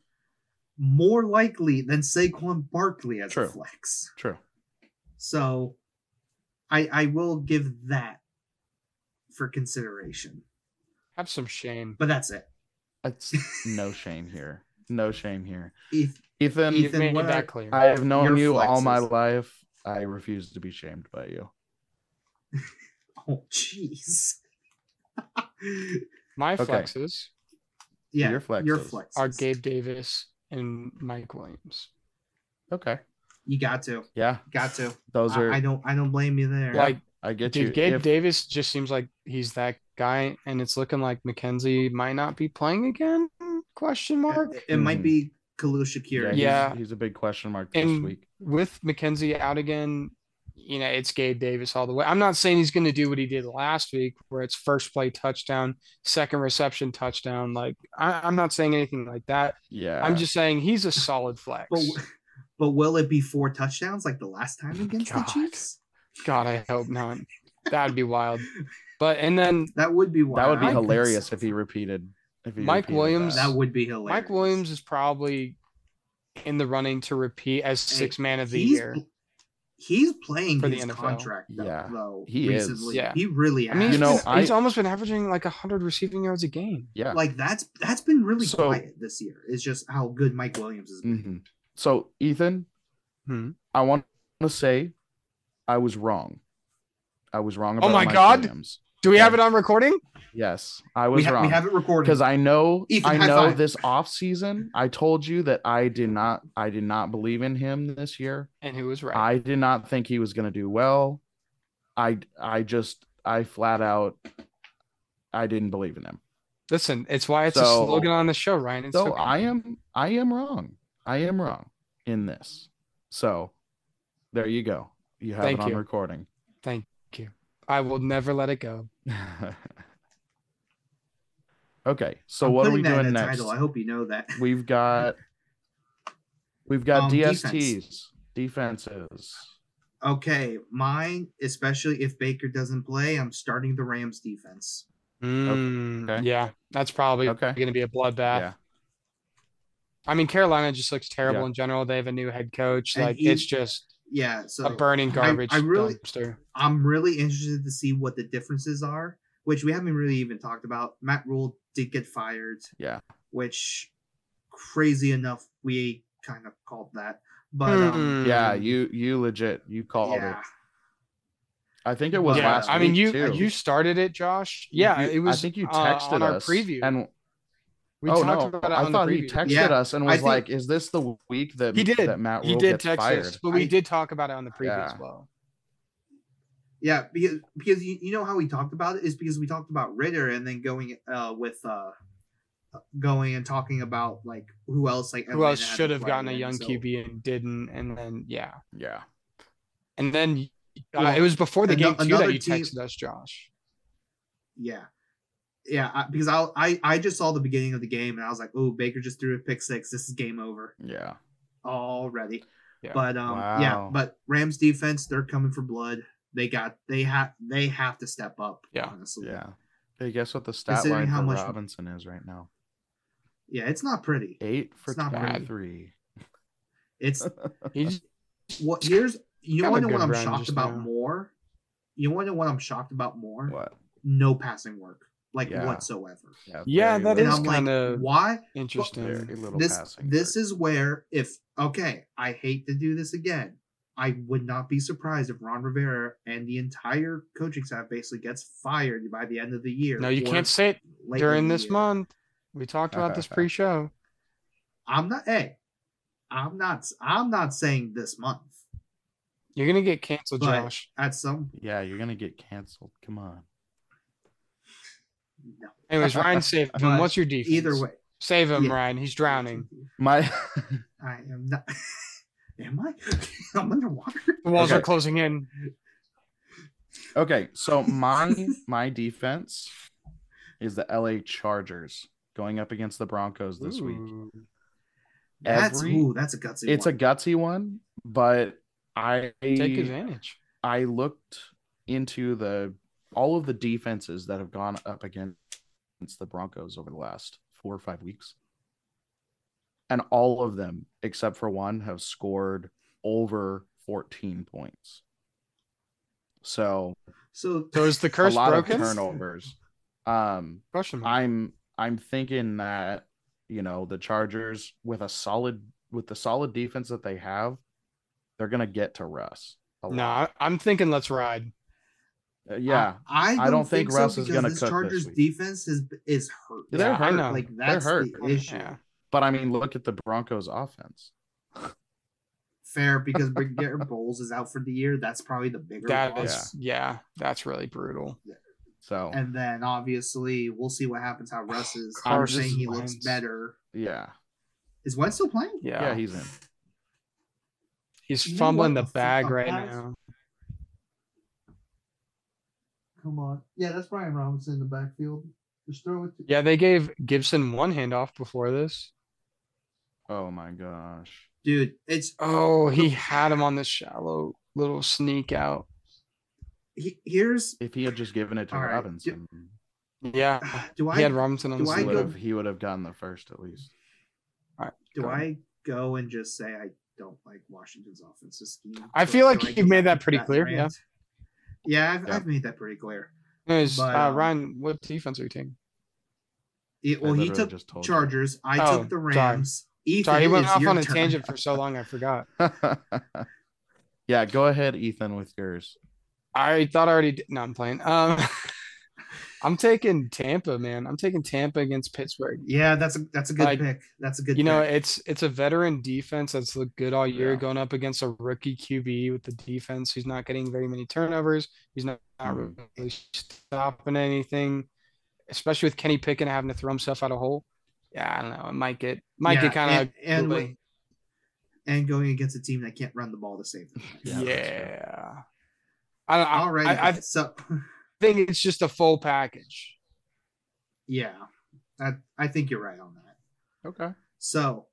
[SPEAKER 3] more likely than Saquon Barkley as
[SPEAKER 1] True.
[SPEAKER 3] a flex.
[SPEAKER 1] True.
[SPEAKER 3] So I I will give that for consideration.
[SPEAKER 2] Have some shame.
[SPEAKER 3] But that's it.
[SPEAKER 1] It's no shame here. No shame here.
[SPEAKER 3] If
[SPEAKER 1] Ethan,
[SPEAKER 3] Ethan,
[SPEAKER 2] You've made
[SPEAKER 3] what
[SPEAKER 2] it that
[SPEAKER 3] are-
[SPEAKER 2] clear.
[SPEAKER 1] I have known
[SPEAKER 3] Your
[SPEAKER 1] you all
[SPEAKER 3] flexes.
[SPEAKER 1] my life. I refuse to be shamed by you.
[SPEAKER 3] oh jeez.
[SPEAKER 2] My
[SPEAKER 1] Okay.
[SPEAKER 2] flexes
[SPEAKER 3] yeah,
[SPEAKER 1] Your
[SPEAKER 3] your
[SPEAKER 1] flexes.
[SPEAKER 3] flex.
[SPEAKER 2] are Gabe Davis and Mike Williams.
[SPEAKER 1] Okay.
[SPEAKER 3] You got to.
[SPEAKER 1] Yeah.
[SPEAKER 3] Got to.
[SPEAKER 1] Those
[SPEAKER 3] I,
[SPEAKER 1] are.
[SPEAKER 3] I
[SPEAKER 1] I,
[SPEAKER 3] don't I don't blame you there.
[SPEAKER 2] Like,
[SPEAKER 1] get you.
[SPEAKER 2] dude, Gabe
[SPEAKER 1] If-
[SPEAKER 2] Davis just seems like he's that guy, and it's looking like McKenzie might not be playing again? Question mark.
[SPEAKER 3] it, it might
[SPEAKER 1] Mhm.
[SPEAKER 3] be Khalil
[SPEAKER 1] yeah,
[SPEAKER 3] Shakir.
[SPEAKER 1] he's-
[SPEAKER 2] Yeah.
[SPEAKER 1] He's, a big question mark this
[SPEAKER 2] And-
[SPEAKER 1] week.
[SPEAKER 2] With McKenzie out again, you know it's Gabe Davis all the way. I'm not saying he's going to do what he did last week, where it's first play touchdown, second reception touchdown. Like I, I'm not saying anything like that.
[SPEAKER 1] Yeah.
[SPEAKER 2] I'm just saying he's a solid flex.
[SPEAKER 3] But but will it be four touchdowns like the last time against
[SPEAKER 2] Oh God.
[SPEAKER 3] the Chiefs?
[SPEAKER 2] God, I hope not. That'd be wild. But and then
[SPEAKER 3] That would be wild.
[SPEAKER 1] That would be
[SPEAKER 3] I think
[SPEAKER 1] hilarious
[SPEAKER 3] so.
[SPEAKER 1] if he repeated. If he
[SPEAKER 2] Mike
[SPEAKER 1] repeated
[SPEAKER 2] Williams-
[SPEAKER 1] that.
[SPEAKER 3] That would be hilarious.
[SPEAKER 2] Mike Williams is probably in the running to repeat as six man of the
[SPEAKER 3] he's,
[SPEAKER 2] year.
[SPEAKER 3] He's playing
[SPEAKER 2] For the
[SPEAKER 3] his
[SPEAKER 2] NFL.
[SPEAKER 3] contract though,
[SPEAKER 1] Yeah.
[SPEAKER 3] though
[SPEAKER 1] He is.
[SPEAKER 3] recently.
[SPEAKER 2] Yeah.
[SPEAKER 3] He really
[SPEAKER 2] I
[SPEAKER 3] has.
[SPEAKER 2] mean,
[SPEAKER 1] You
[SPEAKER 2] he's
[SPEAKER 1] know,
[SPEAKER 2] been- he's
[SPEAKER 1] I-
[SPEAKER 2] almost been averaging like hundred receiving yards a game.
[SPEAKER 1] Yeah.
[SPEAKER 3] like that's that's been really
[SPEAKER 1] So-
[SPEAKER 3] quiet this year. It's just how good Mike Williams has been.
[SPEAKER 1] Mhm. So, Ethan,
[SPEAKER 2] Hmm.
[SPEAKER 1] I want to say I was wrong. I was wrong about
[SPEAKER 2] my
[SPEAKER 1] Mike
[SPEAKER 2] God.
[SPEAKER 1] Williams.
[SPEAKER 2] Do we
[SPEAKER 1] Yeah.
[SPEAKER 2] have it on recording?
[SPEAKER 1] Yes, I was
[SPEAKER 3] We, ha-
[SPEAKER 1] wrong.
[SPEAKER 3] we have it recorded.
[SPEAKER 1] because I know
[SPEAKER 3] Ethan,
[SPEAKER 1] I
[SPEAKER 3] high
[SPEAKER 1] know
[SPEAKER 3] five.
[SPEAKER 1] this off season I told you that I did not I did not believe in him this year.
[SPEAKER 2] And who was right?
[SPEAKER 1] I did not think he was going to do well. I I just I flat out I didn't believe in him.
[SPEAKER 2] Listen, it's why it's a
[SPEAKER 1] So-
[SPEAKER 2] slogan on the show, Ryan. It's
[SPEAKER 1] So
[SPEAKER 2] okay.
[SPEAKER 1] I am I am wrong. I am wrong in this. So there you go. You have
[SPEAKER 2] Thank
[SPEAKER 1] it on
[SPEAKER 2] you.
[SPEAKER 1] recording.
[SPEAKER 2] I will never let it go.
[SPEAKER 1] okay. So
[SPEAKER 3] I'm
[SPEAKER 1] what are
[SPEAKER 3] putting
[SPEAKER 1] we
[SPEAKER 3] that in
[SPEAKER 1] doing
[SPEAKER 3] the
[SPEAKER 1] next?
[SPEAKER 3] Title. I hope you know that.
[SPEAKER 1] We've got we've got
[SPEAKER 3] Um, defense.
[SPEAKER 1] DSTs, defenses.
[SPEAKER 3] Okay, mine, especially if Baker doesn't play, I'm starting the Rams defense.
[SPEAKER 2] Mm,
[SPEAKER 1] okay.
[SPEAKER 2] Yeah, that's probably
[SPEAKER 1] Okay.
[SPEAKER 2] going to be a bloodbath.
[SPEAKER 1] Yeah.
[SPEAKER 2] I mean, Carolina just looks terrible
[SPEAKER 1] Yeah.
[SPEAKER 2] in general. They have a new head coach.
[SPEAKER 3] And
[SPEAKER 2] like
[SPEAKER 3] he-
[SPEAKER 2] it's just
[SPEAKER 3] Yeah, so
[SPEAKER 2] a burning
[SPEAKER 3] I-
[SPEAKER 2] garbage
[SPEAKER 3] I really-
[SPEAKER 2] dumpster.
[SPEAKER 3] I'm really interested to see what the differences are, which we haven't really even talked about. Matt Rule did get fired,
[SPEAKER 1] Yeah.
[SPEAKER 3] which crazy enough, we kind of called that. But um,
[SPEAKER 2] Mm.
[SPEAKER 1] Yeah, you you legit you Hmm. called it.
[SPEAKER 3] yeah,
[SPEAKER 1] I think it was
[SPEAKER 3] Yeah,
[SPEAKER 1] last
[SPEAKER 2] I mean,
[SPEAKER 1] week,
[SPEAKER 2] you
[SPEAKER 1] too.
[SPEAKER 2] you started it, Josh. Yeah,
[SPEAKER 1] You-
[SPEAKER 2] it was.
[SPEAKER 1] I think you
[SPEAKER 2] uh,
[SPEAKER 1] texted
[SPEAKER 2] on our
[SPEAKER 1] us
[SPEAKER 2] preview.
[SPEAKER 1] and
[SPEAKER 2] we
[SPEAKER 1] oh
[SPEAKER 2] talked
[SPEAKER 1] no,
[SPEAKER 2] about it
[SPEAKER 1] I
[SPEAKER 2] on
[SPEAKER 1] thought
[SPEAKER 2] the
[SPEAKER 1] he
[SPEAKER 2] preview.
[SPEAKER 1] texted
[SPEAKER 3] Yeah,
[SPEAKER 1] us and
[SPEAKER 3] I
[SPEAKER 1] was
[SPEAKER 3] think-
[SPEAKER 1] like, "Is this the week that
[SPEAKER 2] He did.
[SPEAKER 1] that Matt
[SPEAKER 2] he
[SPEAKER 1] Rule
[SPEAKER 2] did
[SPEAKER 1] gets
[SPEAKER 2] text
[SPEAKER 1] fired?"
[SPEAKER 2] us, but we
[SPEAKER 3] I-
[SPEAKER 2] did talk about it on the preview as
[SPEAKER 1] Yeah.
[SPEAKER 2] well.
[SPEAKER 3] yeah, because because you, you know how we talked about it is because we talked about Ritter and then going uh with uh going and talking about like who else like
[SPEAKER 2] Who
[SPEAKER 3] Atlanta
[SPEAKER 2] else
[SPEAKER 3] had
[SPEAKER 2] should
[SPEAKER 3] to
[SPEAKER 2] have
[SPEAKER 3] play
[SPEAKER 2] gotten a
[SPEAKER 3] in,
[SPEAKER 2] young
[SPEAKER 3] so-
[SPEAKER 2] QB and didn't? And then yeah,
[SPEAKER 1] Yeah,
[SPEAKER 2] and then uh,
[SPEAKER 3] Well,
[SPEAKER 2] it was before the
[SPEAKER 3] ano-
[SPEAKER 2] game too
[SPEAKER 3] another
[SPEAKER 2] that you
[SPEAKER 3] team-
[SPEAKER 2] texted us, Josh.
[SPEAKER 3] Yeah. Yeah, I, because I, I I just saw the beginning of the game and I was like, "Oh, Baker just threw a pick six. This is game over
[SPEAKER 1] yeah.
[SPEAKER 3] already."
[SPEAKER 2] Yeah.
[SPEAKER 3] But um, yeah,
[SPEAKER 1] Wow.
[SPEAKER 3] but Rams defense, they're coming for blood. They got they have they have to step up.
[SPEAKER 2] Yeah.
[SPEAKER 3] honestly.
[SPEAKER 1] Yeah. Hey, guess what the stat
[SPEAKER 3] Considering
[SPEAKER 1] line
[SPEAKER 3] how
[SPEAKER 1] for
[SPEAKER 3] much-
[SPEAKER 1] Robinson is right now?
[SPEAKER 3] yeah. It's not pretty.
[SPEAKER 1] Eight for
[SPEAKER 3] It's not
[SPEAKER 2] bad.
[SPEAKER 1] twenty-three.
[SPEAKER 3] It's
[SPEAKER 2] He just-
[SPEAKER 3] what here's you
[SPEAKER 2] Got a
[SPEAKER 3] want to know
[SPEAKER 2] good
[SPEAKER 3] what I'm
[SPEAKER 2] run
[SPEAKER 3] shocked
[SPEAKER 2] just
[SPEAKER 3] about
[SPEAKER 2] now.
[SPEAKER 3] more. You want to know what I'm shocked about more?
[SPEAKER 1] What?
[SPEAKER 3] No passing work, like
[SPEAKER 1] Yeah.
[SPEAKER 3] whatsoever.
[SPEAKER 2] Yeah,
[SPEAKER 1] very little.
[SPEAKER 2] that is
[SPEAKER 3] and I'm like,
[SPEAKER 2] kinda-
[SPEAKER 3] why?
[SPEAKER 2] interesting.
[SPEAKER 1] Very little
[SPEAKER 3] this
[SPEAKER 1] passing
[SPEAKER 3] this
[SPEAKER 1] work.
[SPEAKER 3] is where if okay, I hate to do this again. I would not be surprised if Ron Rivera and the entire coaching staff basically gets fired by the end of the year.
[SPEAKER 2] No, you
[SPEAKER 3] or
[SPEAKER 2] can't say it
[SPEAKER 3] late in
[SPEAKER 2] during
[SPEAKER 3] the
[SPEAKER 2] this
[SPEAKER 3] year.
[SPEAKER 2] month. We talked about this pre-show.
[SPEAKER 3] I'm not. Hey, I'm not. I'm not saying this month.
[SPEAKER 2] You're gonna get canceled,
[SPEAKER 3] But-
[SPEAKER 2] Josh.
[SPEAKER 3] At some,
[SPEAKER 1] Yeah, you're gonna get canceled. Come on.
[SPEAKER 3] no.
[SPEAKER 2] Anyways, Ryan, save him.
[SPEAKER 3] But
[SPEAKER 2] What's your defense?
[SPEAKER 3] Either way,
[SPEAKER 2] save him,
[SPEAKER 3] yeah.
[SPEAKER 2] Ryan. He's drowning.
[SPEAKER 1] My
[SPEAKER 3] I am not. am I? I'm underwater.
[SPEAKER 2] The walls
[SPEAKER 1] Okay.
[SPEAKER 2] are closing in.
[SPEAKER 1] okay, so my my defense is the LA Chargers going up against the Broncos this week.
[SPEAKER 2] Ooh.
[SPEAKER 3] That's
[SPEAKER 1] Every-
[SPEAKER 3] ooh, that's a gutsy.
[SPEAKER 1] It's a
[SPEAKER 3] one.
[SPEAKER 1] gutsy one, but I
[SPEAKER 2] Take advantage.
[SPEAKER 1] I looked into the all of the defenses that have gone up against the Broncos over the last four or five weeks. And all of them, except for one, have scored over 14 points. So
[SPEAKER 3] so.
[SPEAKER 2] So is the curse
[SPEAKER 1] a lot
[SPEAKER 2] broken?
[SPEAKER 1] of turnovers. Um,
[SPEAKER 2] Question mark.
[SPEAKER 1] I'm I'm thinking that you know the Chargers with a solid with the solid defense that they have, they're gonna get to Russ. a
[SPEAKER 2] No,
[SPEAKER 1] lot.
[SPEAKER 2] I- I'm thinking let's ride.
[SPEAKER 1] Uh, yeah,
[SPEAKER 3] I,
[SPEAKER 1] I don't think Russ is
[SPEAKER 3] because
[SPEAKER 1] gonna
[SPEAKER 3] this
[SPEAKER 1] cook this
[SPEAKER 3] Chargers
[SPEAKER 1] week.
[SPEAKER 3] defense is is hurt.
[SPEAKER 1] They're
[SPEAKER 2] Yeah, I
[SPEAKER 1] hurt.
[SPEAKER 2] know.
[SPEAKER 3] Like
[SPEAKER 1] They're
[SPEAKER 3] that's
[SPEAKER 1] hurt.
[SPEAKER 3] the issue.
[SPEAKER 2] Yeah.
[SPEAKER 1] But I mean, look at the Broncos' offense.
[SPEAKER 3] Fair because Big Garrett Bowles is out for the year. That's probably the bigger
[SPEAKER 2] That
[SPEAKER 3] loss.
[SPEAKER 2] is yeah, that's really brutal.
[SPEAKER 1] So
[SPEAKER 3] And then obviously we'll see what happens how Russ is. I'm
[SPEAKER 1] Carson
[SPEAKER 3] saying he looks
[SPEAKER 2] Wentz.
[SPEAKER 3] better.
[SPEAKER 1] yeah,
[SPEAKER 3] Is Wentz still playing?
[SPEAKER 1] yeah,
[SPEAKER 2] Yeah.
[SPEAKER 1] he's in.
[SPEAKER 2] He's
[SPEAKER 3] You know
[SPEAKER 2] fumbling
[SPEAKER 3] what?
[SPEAKER 2] the
[SPEAKER 3] A fu-
[SPEAKER 2] bag
[SPEAKER 3] a
[SPEAKER 2] right
[SPEAKER 3] pass-
[SPEAKER 2] now.
[SPEAKER 3] Come on. Yeah, that's Brian Robinson in the backfield. Just throw it. To-
[SPEAKER 2] Yeah, they gave Gibson one handoff before this.
[SPEAKER 1] Oh my gosh.
[SPEAKER 3] Dude, it's
[SPEAKER 2] Oh, he had him on the shallow little sneak out.
[SPEAKER 3] he, here's.
[SPEAKER 1] If he had just given it to
[SPEAKER 3] All right.
[SPEAKER 1] Robinson,
[SPEAKER 2] Yeah.
[SPEAKER 3] Do I
[SPEAKER 2] he had Robinson on
[SPEAKER 3] do
[SPEAKER 2] the
[SPEAKER 3] I
[SPEAKER 1] he would
[SPEAKER 3] go-
[SPEAKER 2] shallow.
[SPEAKER 1] have he would have gotten the first at least.
[SPEAKER 3] do
[SPEAKER 2] go ahead.
[SPEAKER 3] I go and just say I don't like Washington's offensive scheme.
[SPEAKER 2] I
[SPEAKER 3] So
[SPEAKER 2] feel like
[SPEAKER 3] I
[SPEAKER 2] you've made that pretty
[SPEAKER 3] that
[SPEAKER 2] clear, yeah.
[SPEAKER 3] rant. Yeah, I've,
[SPEAKER 1] Yeah.
[SPEAKER 3] I've made that pretty clear.
[SPEAKER 2] Anyways,
[SPEAKER 3] But,
[SPEAKER 2] uh,
[SPEAKER 3] um,
[SPEAKER 2] Ryan, what defense are you taking?
[SPEAKER 3] It- well, he
[SPEAKER 1] literally
[SPEAKER 3] took
[SPEAKER 1] just told you.
[SPEAKER 3] Chargers. I
[SPEAKER 2] Oh,
[SPEAKER 3] took the
[SPEAKER 2] sorry.
[SPEAKER 3] Rams. Ethan,
[SPEAKER 2] Sorry, he went
[SPEAKER 3] it is
[SPEAKER 2] off
[SPEAKER 3] your
[SPEAKER 2] on a
[SPEAKER 3] turn.
[SPEAKER 2] tangent for so long, I forgot.
[SPEAKER 1] yeah, go ahead, Ethan, with yours.
[SPEAKER 2] I thought I already did. No, I'm playing. Um, I'm taking Tampa, man. I'm taking Tampa against Pittsburgh.
[SPEAKER 3] Yeah, that's a that's a good
[SPEAKER 2] Like,
[SPEAKER 3] pick. That's a good.
[SPEAKER 2] You know,
[SPEAKER 3] pick.
[SPEAKER 2] it's it's a veteran defense that's looked good all year,
[SPEAKER 1] Yeah.
[SPEAKER 2] going up against a rookie QB with the defense who's not getting very many turnovers. He's not, not
[SPEAKER 1] Mhm.
[SPEAKER 3] Mm-hmm.
[SPEAKER 2] really stopping anything, especially with Kenny Pickett having to throw himself out of hole. Yeah, I don't know. It might get might
[SPEAKER 3] Yeah,
[SPEAKER 2] get kind of
[SPEAKER 3] and, and, wi- and going against a team that can't run the ball to save them.
[SPEAKER 1] Yeah,
[SPEAKER 2] yeah.
[SPEAKER 1] that's
[SPEAKER 2] I don't.
[SPEAKER 3] All right.
[SPEAKER 2] I, I, I
[SPEAKER 3] so
[SPEAKER 2] think it's just a full package.
[SPEAKER 3] yeah, I, I think you're right on that.
[SPEAKER 1] Okay.
[SPEAKER 3] So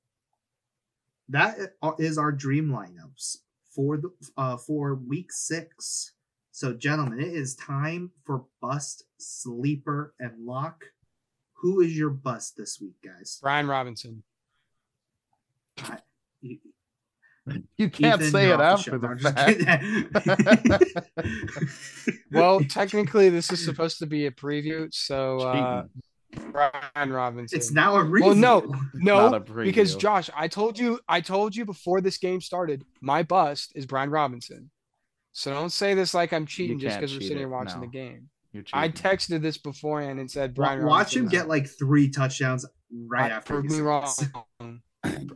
[SPEAKER 3] that is our dream lineups for the uh, for week six. So, gentlemen, it is time for bust, sleeper, and lock. Who is your bust this week, guys?
[SPEAKER 2] Brian Robinson.
[SPEAKER 3] You-
[SPEAKER 1] You can't
[SPEAKER 3] E-, Ethan,
[SPEAKER 1] say
[SPEAKER 3] you're
[SPEAKER 1] it
[SPEAKER 3] off the
[SPEAKER 1] after the
[SPEAKER 3] show.
[SPEAKER 1] fact.
[SPEAKER 3] I'm just kidding.
[SPEAKER 2] Well, technically, this is supposed to be a preview, so uh, Brian Robinson.
[SPEAKER 3] it's now a review.
[SPEAKER 2] Well, no,
[SPEAKER 1] Not a
[SPEAKER 2] no, because
[SPEAKER 1] preview.
[SPEAKER 2] Josh, I told you, I told you before this game started, my bust is Brian Robinson. So don't say this like I'm cheating just
[SPEAKER 1] can't
[SPEAKER 2] because we're
[SPEAKER 1] cheat
[SPEAKER 2] sitting
[SPEAKER 1] it,
[SPEAKER 2] here watching
[SPEAKER 1] no.
[SPEAKER 2] the game.
[SPEAKER 1] You're
[SPEAKER 2] I
[SPEAKER 1] cheating.
[SPEAKER 2] texted this beforehand and said Brian.
[SPEAKER 3] watch him
[SPEAKER 2] Robinson.
[SPEAKER 3] get like three touchdowns right
[SPEAKER 2] I-
[SPEAKER 3] after.
[SPEAKER 2] Prove
[SPEAKER 3] he
[SPEAKER 2] me
[SPEAKER 3] said
[SPEAKER 2] wrong.
[SPEAKER 3] this.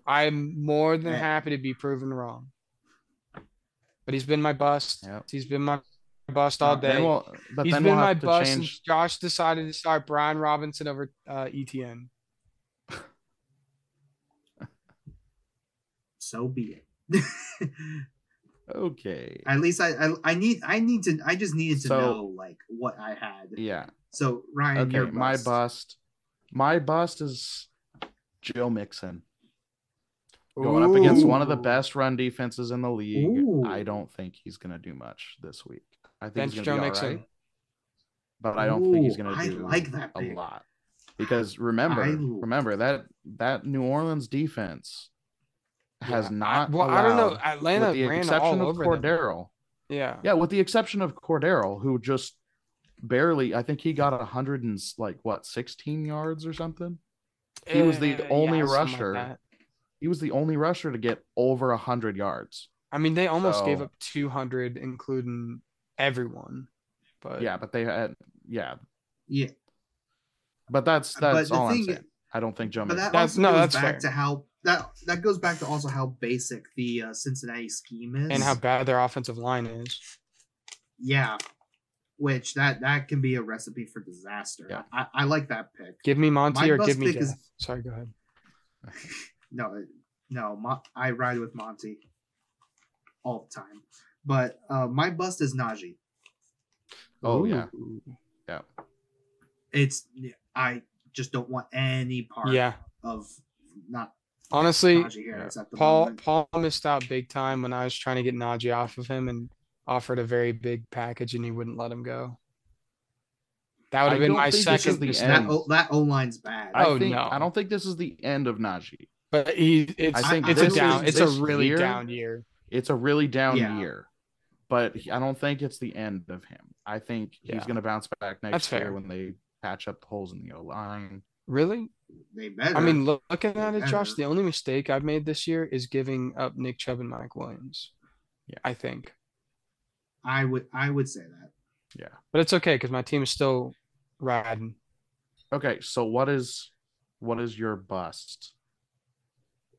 [SPEAKER 2] I'm more than
[SPEAKER 3] Yeah.
[SPEAKER 2] happy to be proven wrong. But he's been my bust.
[SPEAKER 1] Yep.
[SPEAKER 2] He's been my bust all
[SPEAKER 3] Uh,
[SPEAKER 2] day.
[SPEAKER 1] Then we'll, but
[SPEAKER 2] he's
[SPEAKER 1] then
[SPEAKER 2] been
[SPEAKER 1] we'll
[SPEAKER 2] my
[SPEAKER 1] have to
[SPEAKER 2] bust. and
[SPEAKER 1] change.
[SPEAKER 2] Josh decided to start Brian Robinson over uh, ETN.
[SPEAKER 3] So be it.
[SPEAKER 1] Okay.
[SPEAKER 3] At least I, I I need I need to I just needed to
[SPEAKER 1] So-
[SPEAKER 3] know like what I had.
[SPEAKER 1] Yeah.
[SPEAKER 3] So Ryan,
[SPEAKER 1] Okay.
[SPEAKER 3] your
[SPEAKER 1] My
[SPEAKER 3] bust.
[SPEAKER 1] bust. My bust is Joe Mixon. Going up against one of the
[SPEAKER 2] Ooh.
[SPEAKER 1] best run defenses in the league.
[SPEAKER 3] Ooh.
[SPEAKER 1] I don't think he's going to do much this week. I think
[SPEAKER 2] Bench
[SPEAKER 1] he's
[SPEAKER 2] Joe
[SPEAKER 1] going to be all
[SPEAKER 2] Mixon.
[SPEAKER 1] right, but I don't think he's
[SPEAKER 3] Ooh,
[SPEAKER 1] going
[SPEAKER 3] I
[SPEAKER 1] to do
[SPEAKER 3] like that
[SPEAKER 1] a
[SPEAKER 3] pick.
[SPEAKER 1] lot because remember,
[SPEAKER 3] I-
[SPEAKER 1] remember that that New Orleans defense has
[SPEAKER 2] Yeah, I-
[SPEAKER 1] not.
[SPEAKER 2] well, I don't know.
[SPEAKER 1] allowed-
[SPEAKER 2] Atlanta
[SPEAKER 1] with the
[SPEAKER 2] ran
[SPEAKER 1] exception
[SPEAKER 2] all
[SPEAKER 1] of
[SPEAKER 2] over them.
[SPEAKER 1] Cordero.
[SPEAKER 2] Yeah.
[SPEAKER 1] Yeah, with the exception of Cordero, who just barely, I think he got a hundred and s- like what, sixteen yards or something. He was the
[SPEAKER 2] Eh, Yeah,
[SPEAKER 1] only
[SPEAKER 2] something like
[SPEAKER 1] rusher.
[SPEAKER 2] that.
[SPEAKER 1] He was the only rusher to get over a hundred yards.
[SPEAKER 2] I mean, they almost gave
[SPEAKER 1] So-
[SPEAKER 2] up 200, including everyone. But
[SPEAKER 1] Yeah, but they had, yeah,
[SPEAKER 3] Yeah,
[SPEAKER 1] but that's that's
[SPEAKER 3] but
[SPEAKER 1] all
[SPEAKER 3] the
[SPEAKER 1] I'm
[SPEAKER 3] thing,
[SPEAKER 1] saying. I don't think Joe.
[SPEAKER 3] but
[SPEAKER 1] Mixon-
[SPEAKER 3] that
[SPEAKER 2] That's-
[SPEAKER 3] also
[SPEAKER 2] no,
[SPEAKER 3] goes
[SPEAKER 2] that's
[SPEAKER 3] back
[SPEAKER 2] fair.
[SPEAKER 3] to how that that goes back to also how basic the uh, Cincinnati scheme is
[SPEAKER 2] and how bad their offensive line is.
[SPEAKER 3] yeah, which that that can be a recipe for disaster.
[SPEAKER 1] Yeah.
[SPEAKER 3] I, I like that pick.
[SPEAKER 2] Give me Monty
[SPEAKER 3] My
[SPEAKER 2] or
[SPEAKER 3] bust
[SPEAKER 2] give me
[SPEAKER 3] pick
[SPEAKER 2] death.
[SPEAKER 3] is-
[SPEAKER 2] Sorry, go ahead.
[SPEAKER 3] no, it- no, Mon- I ride with Monty all the time. But uh, my bust is Najee.
[SPEAKER 1] Oh, yeah.
[SPEAKER 2] Ooh.
[SPEAKER 3] It's I just don't want any part
[SPEAKER 2] Yeah.
[SPEAKER 3] of not
[SPEAKER 2] Honestly,
[SPEAKER 3] Najee Harris at the
[SPEAKER 2] Paul
[SPEAKER 3] moment.
[SPEAKER 2] Paul missed out big time when I was trying to get Najee off of him and offered a very big package and he wouldn't let him go. That would
[SPEAKER 1] I
[SPEAKER 2] have been
[SPEAKER 1] don't
[SPEAKER 2] my
[SPEAKER 1] think this is
[SPEAKER 2] second
[SPEAKER 1] the
[SPEAKER 2] miss-
[SPEAKER 1] end.
[SPEAKER 3] that o, that O line's bad.
[SPEAKER 1] I
[SPEAKER 2] Oh,
[SPEAKER 1] think,
[SPEAKER 2] no.
[SPEAKER 1] I don't think this is the end of Najee.
[SPEAKER 2] But he it's
[SPEAKER 1] I think
[SPEAKER 2] it's a
[SPEAKER 3] this
[SPEAKER 2] down
[SPEAKER 3] is-
[SPEAKER 2] it's a
[SPEAKER 1] this
[SPEAKER 2] really
[SPEAKER 1] year-
[SPEAKER 2] down year.
[SPEAKER 1] It's a really down
[SPEAKER 3] Yeah.
[SPEAKER 1] year, but he- I don't think it's the end of him. I think he's
[SPEAKER 2] Yeah.
[SPEAKER 1] going to bounce back next
[SPEAKER 2] That's
[SPEAKER 1] year
[SPEAKER 2] fair.
[SPEAKER 1] when they patch up the holes in the O line.
[SPEAKER 2] Really?
[SPEAKER 3] they better.
[SPEAKER 2] I mean, look, looking at it, Josh,
[SPEAKER 3] Better.
[SPEAKER 2] the only mistake I've made this year is giving up Nick Chubb and Mike Williams.
[SPEAKER 1] Yeah.
[SPEAKER 2] I think.
[SPEAKER 3] I would I would say that.
[SPEAKER 1] Yeah.
[SPEAKER 2] But it's okay because my team is still riding.
[SPEAKER 1] Okay, so what is what is your bust?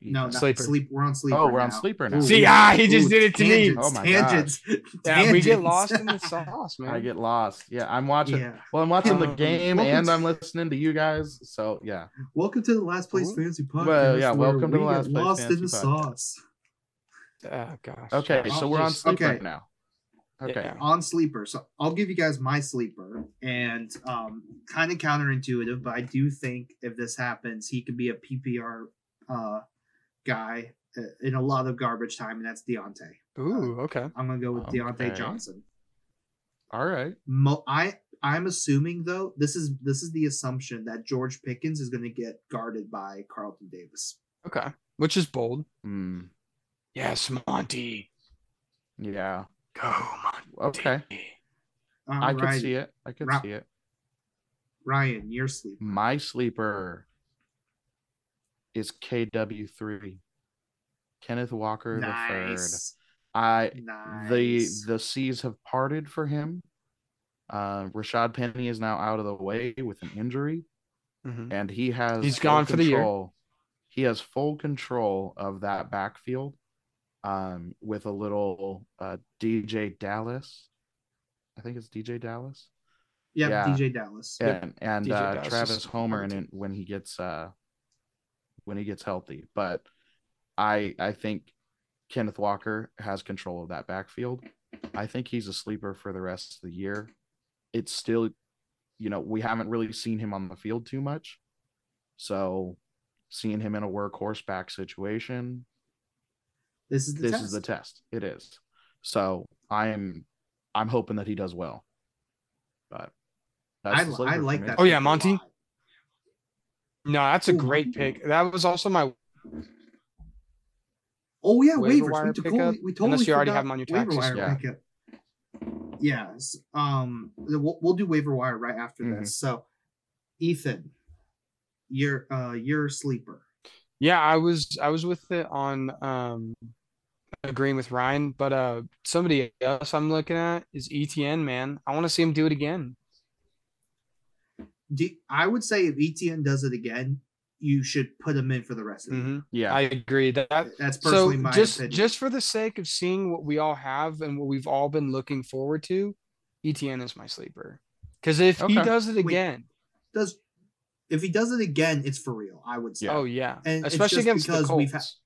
[SPEAKER 3] No,
[SPEAKER 1] Ethan?
[SPEAKER 3] not
[SPEAKER 2] Sleeper.
[SPEAKER 3] sleep. We're on sleeper.
[SPEAKER 1] oh, we're on
[SPEAKER 3] now.
[SPEAKER 1] sleeper now.
[SPEAKER 3] Ooh.
[SPEAKER 2] See, ah, he just did it to me.
[SPEAKER 3] tangents,
[SPEAKER 1] Oh my
[SPEAKER 3] tangents,
[SPEAKER 2] Yeah, we get
[SPEAKER 3] tangents.
[SPEAKER 2] lost in the sauce, man.
[SPEAKER 1] I get lost. Yeah, I'm watching.
[SPEAKER 3] yeah.
[SPEAKER 1] Well, I'm watching the
[SPEAKER 2] Um,
[SPEAKER 1] game
[SPEAKER 3] welcome
[SPEAKER 1] and
[SPEAKER 3] to-
[SPEAKER 1] I'm listening to you guys. So yeah,
[SPEAKER 3] Welcome to the last place
[SPEAKER 2] Ooh.
[SPEAKER 3] fantasy podcast.
[SPEAKER 1] Well, yeah,
[SPEAKER 3] where
[SPEAKER 1] welcome to
[SPEAKER 3] we
[SPEAKER 1] the
[SPEAKER 3] get
[SPEAKER 1] Last Place
[SPEAKER 3] lost in the
[SPEAKER 1] Fantasy Podcast.
[SPEAKER 3] sauce.
[SPEAKER 2] Oh gosh.
[SPEAKER 1] okay,
[SPEAKER 2] Josh,
[SPEAKER 1] so we're on
[SPEAKER 2] just-
[SPEAKER 1] sleeper
[SPEAKER 3] okay.
[SPEAKER 1] now. Okay,
[SPEAKER 2] Yeah.
[SPEAKER 3] on sleeper. So I'll give you guys my sleeper, and um, kind of counterintuitive, but I do think if this happens, he could be a PPR uh, guy uh, in a lot of garbage time, and that's Deontay.
[SPEAKER 2] Ooh, okay.
[SPEAKER 3] I'm gonna go with Deontay
[SPEAKER 1] Okay.
[SPEAKER 3] Johnson.
[SPEAKER 1] all right.
[SPEAKER 3] Mo- I I'm assuming though this is this is the assumption that George Pickens is gonna get guarded by Carlton Davis.
[SPEAKER 2] Okay. which is bold.
[SPEAKER 1] Mm,
[SPEAKER 2] Yes, Monty.
[SPEAKER 1] yeah.
[SPEAKER 2] Go, Monty.
[SPEAKER 1] Okay. I could see it. I could
[SPEAKER 3] Ra-
[SPEAKER 1] see it.
[SPEAKER 3] Ryan, you're sleeping.
[SPEAKER 1] My sleeper is KW3. Kenneth Walker the third.
[SPEAKER 3] Nice.
[SPEAKER 1] I
[SPEAKER 3] Nice.
[SPEAKER 1] the the seas have parted for him. Uh, Rashad Penny is now out of the way with an injury,
[SPEAKER 2] Mhm.
[SPEAKER 1] and he has
[SPEAKER 2] He's
[SPEAKER 1] full
[SPEAKER 2] gone for the year.
[SPEAKER 1] control- He has full control of that backfield, um, with a little uh, DJ Dallas. I think it's DJ Dallas
[SPEAKER 3] yep,
[SPEAKER 1] yeah.
[SPEAKER 3] DJ Dallas.
[SPEAKER 2] Yep.
[SPEAKER 1] and and
[SPEAKER 2] DJ
[SPEAKER 1] uh,
[SPEAKER 2] Dallas is
[SPEAKER 1] Travis
[SPEAKER 2] on
[SPEAKER 1] Homer
[SPEAKER 2] the
[SPEAKER 1] and
[SPEAKER 2] team.
[SPEAKER 1] it- when he gets uh when he gets healthy. But I I think Kenneth Walker has control of that backfield. I think he's a sleeper for the rest of the year. It's still, you know, we haven't really seen him on the field too much. So seeing him in a workhorse back situation,
[SPEAKER 3] This is the
[SPEAKER 1] this
[SPEAKER 3] test.
[SPEAKER 1] is the test. It is. So I'm I'm hoping that he does well. But that's
[SPEAKER 3] I,
[SPEAKER 1] the
[SPEAKER 3] I
[SPEAKER 1] sleeper for
[SPEAKER 3] like
[SPEAKER 1] me.
[SPEAKER 3] that.
[SPEAKER 2] Oh, yeah,
[SPEAKER 3] pick a
[SPEAKER 2] Monty?
[SPEAKER 3] lot.
[SPEAKER 2] No, that's a
[SPEAKER 3] Ooh.
[SPEAKER 2] great pick. That was also my
[SPEAKER 3] Oh yeah,
[SPEAKER 2] Waiver
[SPEAKER 3] waivers.
[SPEAKER 2] wire
[SPEAKER 3] we, totally,
[SPEAKER 2] pickup,
[SPEAKER 3] we totally
[SPEAKER 2] unless you already
[SPEAKER 3] forgot
[SPEAKER 2] have 'em on your
[SPEAKER 3] waiver
[SPEAKER 2] taxes.
[SPEAKER 3] wire
[SPEAKER 1] Yeah.
[SPEAKER 3] pickup. Yes. Um. the- We'll, we'll do waiver wire right after
[SPEAKER 2] Mm-hmm.
[SPEAKER 3] this. So, Ethan, you're uh you're a sleeper.
[SPEAKER 2] Yeah, I was I was with it on um agreeing with Ryan, but uh somebody else I'm looking at is ETN, man. I want to see him do it again.
[SPEAKER 3] Do, I would say if ETN does it again, you should put him in for the rest of the
[SPEAKER 2] Mhm.
[SPEAKER 1] Yeah.
[SPEAKER 2] I agree that, that
[SPEAKER 3] year. That's
[SPEAKER 2] so
[SPEAKER 3] personally my
[SPEAKER 2] just
[SPEAKER 3] opinion.
[SPEAKER 2] just for the sake of seeing what we all have and what we've all been looking forward to, ETN is my sleeper. Cuz if he
[SPEAKER 1] Okay.
[SPEAKER 2] does it
[SPEAKER 3] Wait.
[SPEAKER 2] again,
[SPEAKER 3] does if he does it again, it's for real. I would say.
[SPEAKER 1] Yeah.
[SPEAKER 2] oh yeah,
[SPEAKER 3] And it's
[SPEAKER 2] especially
[SPEAKER 3] just
[SPEAKER 2] against the
[SPEAKER 3] because we've
[SPEAKER 2] Colts.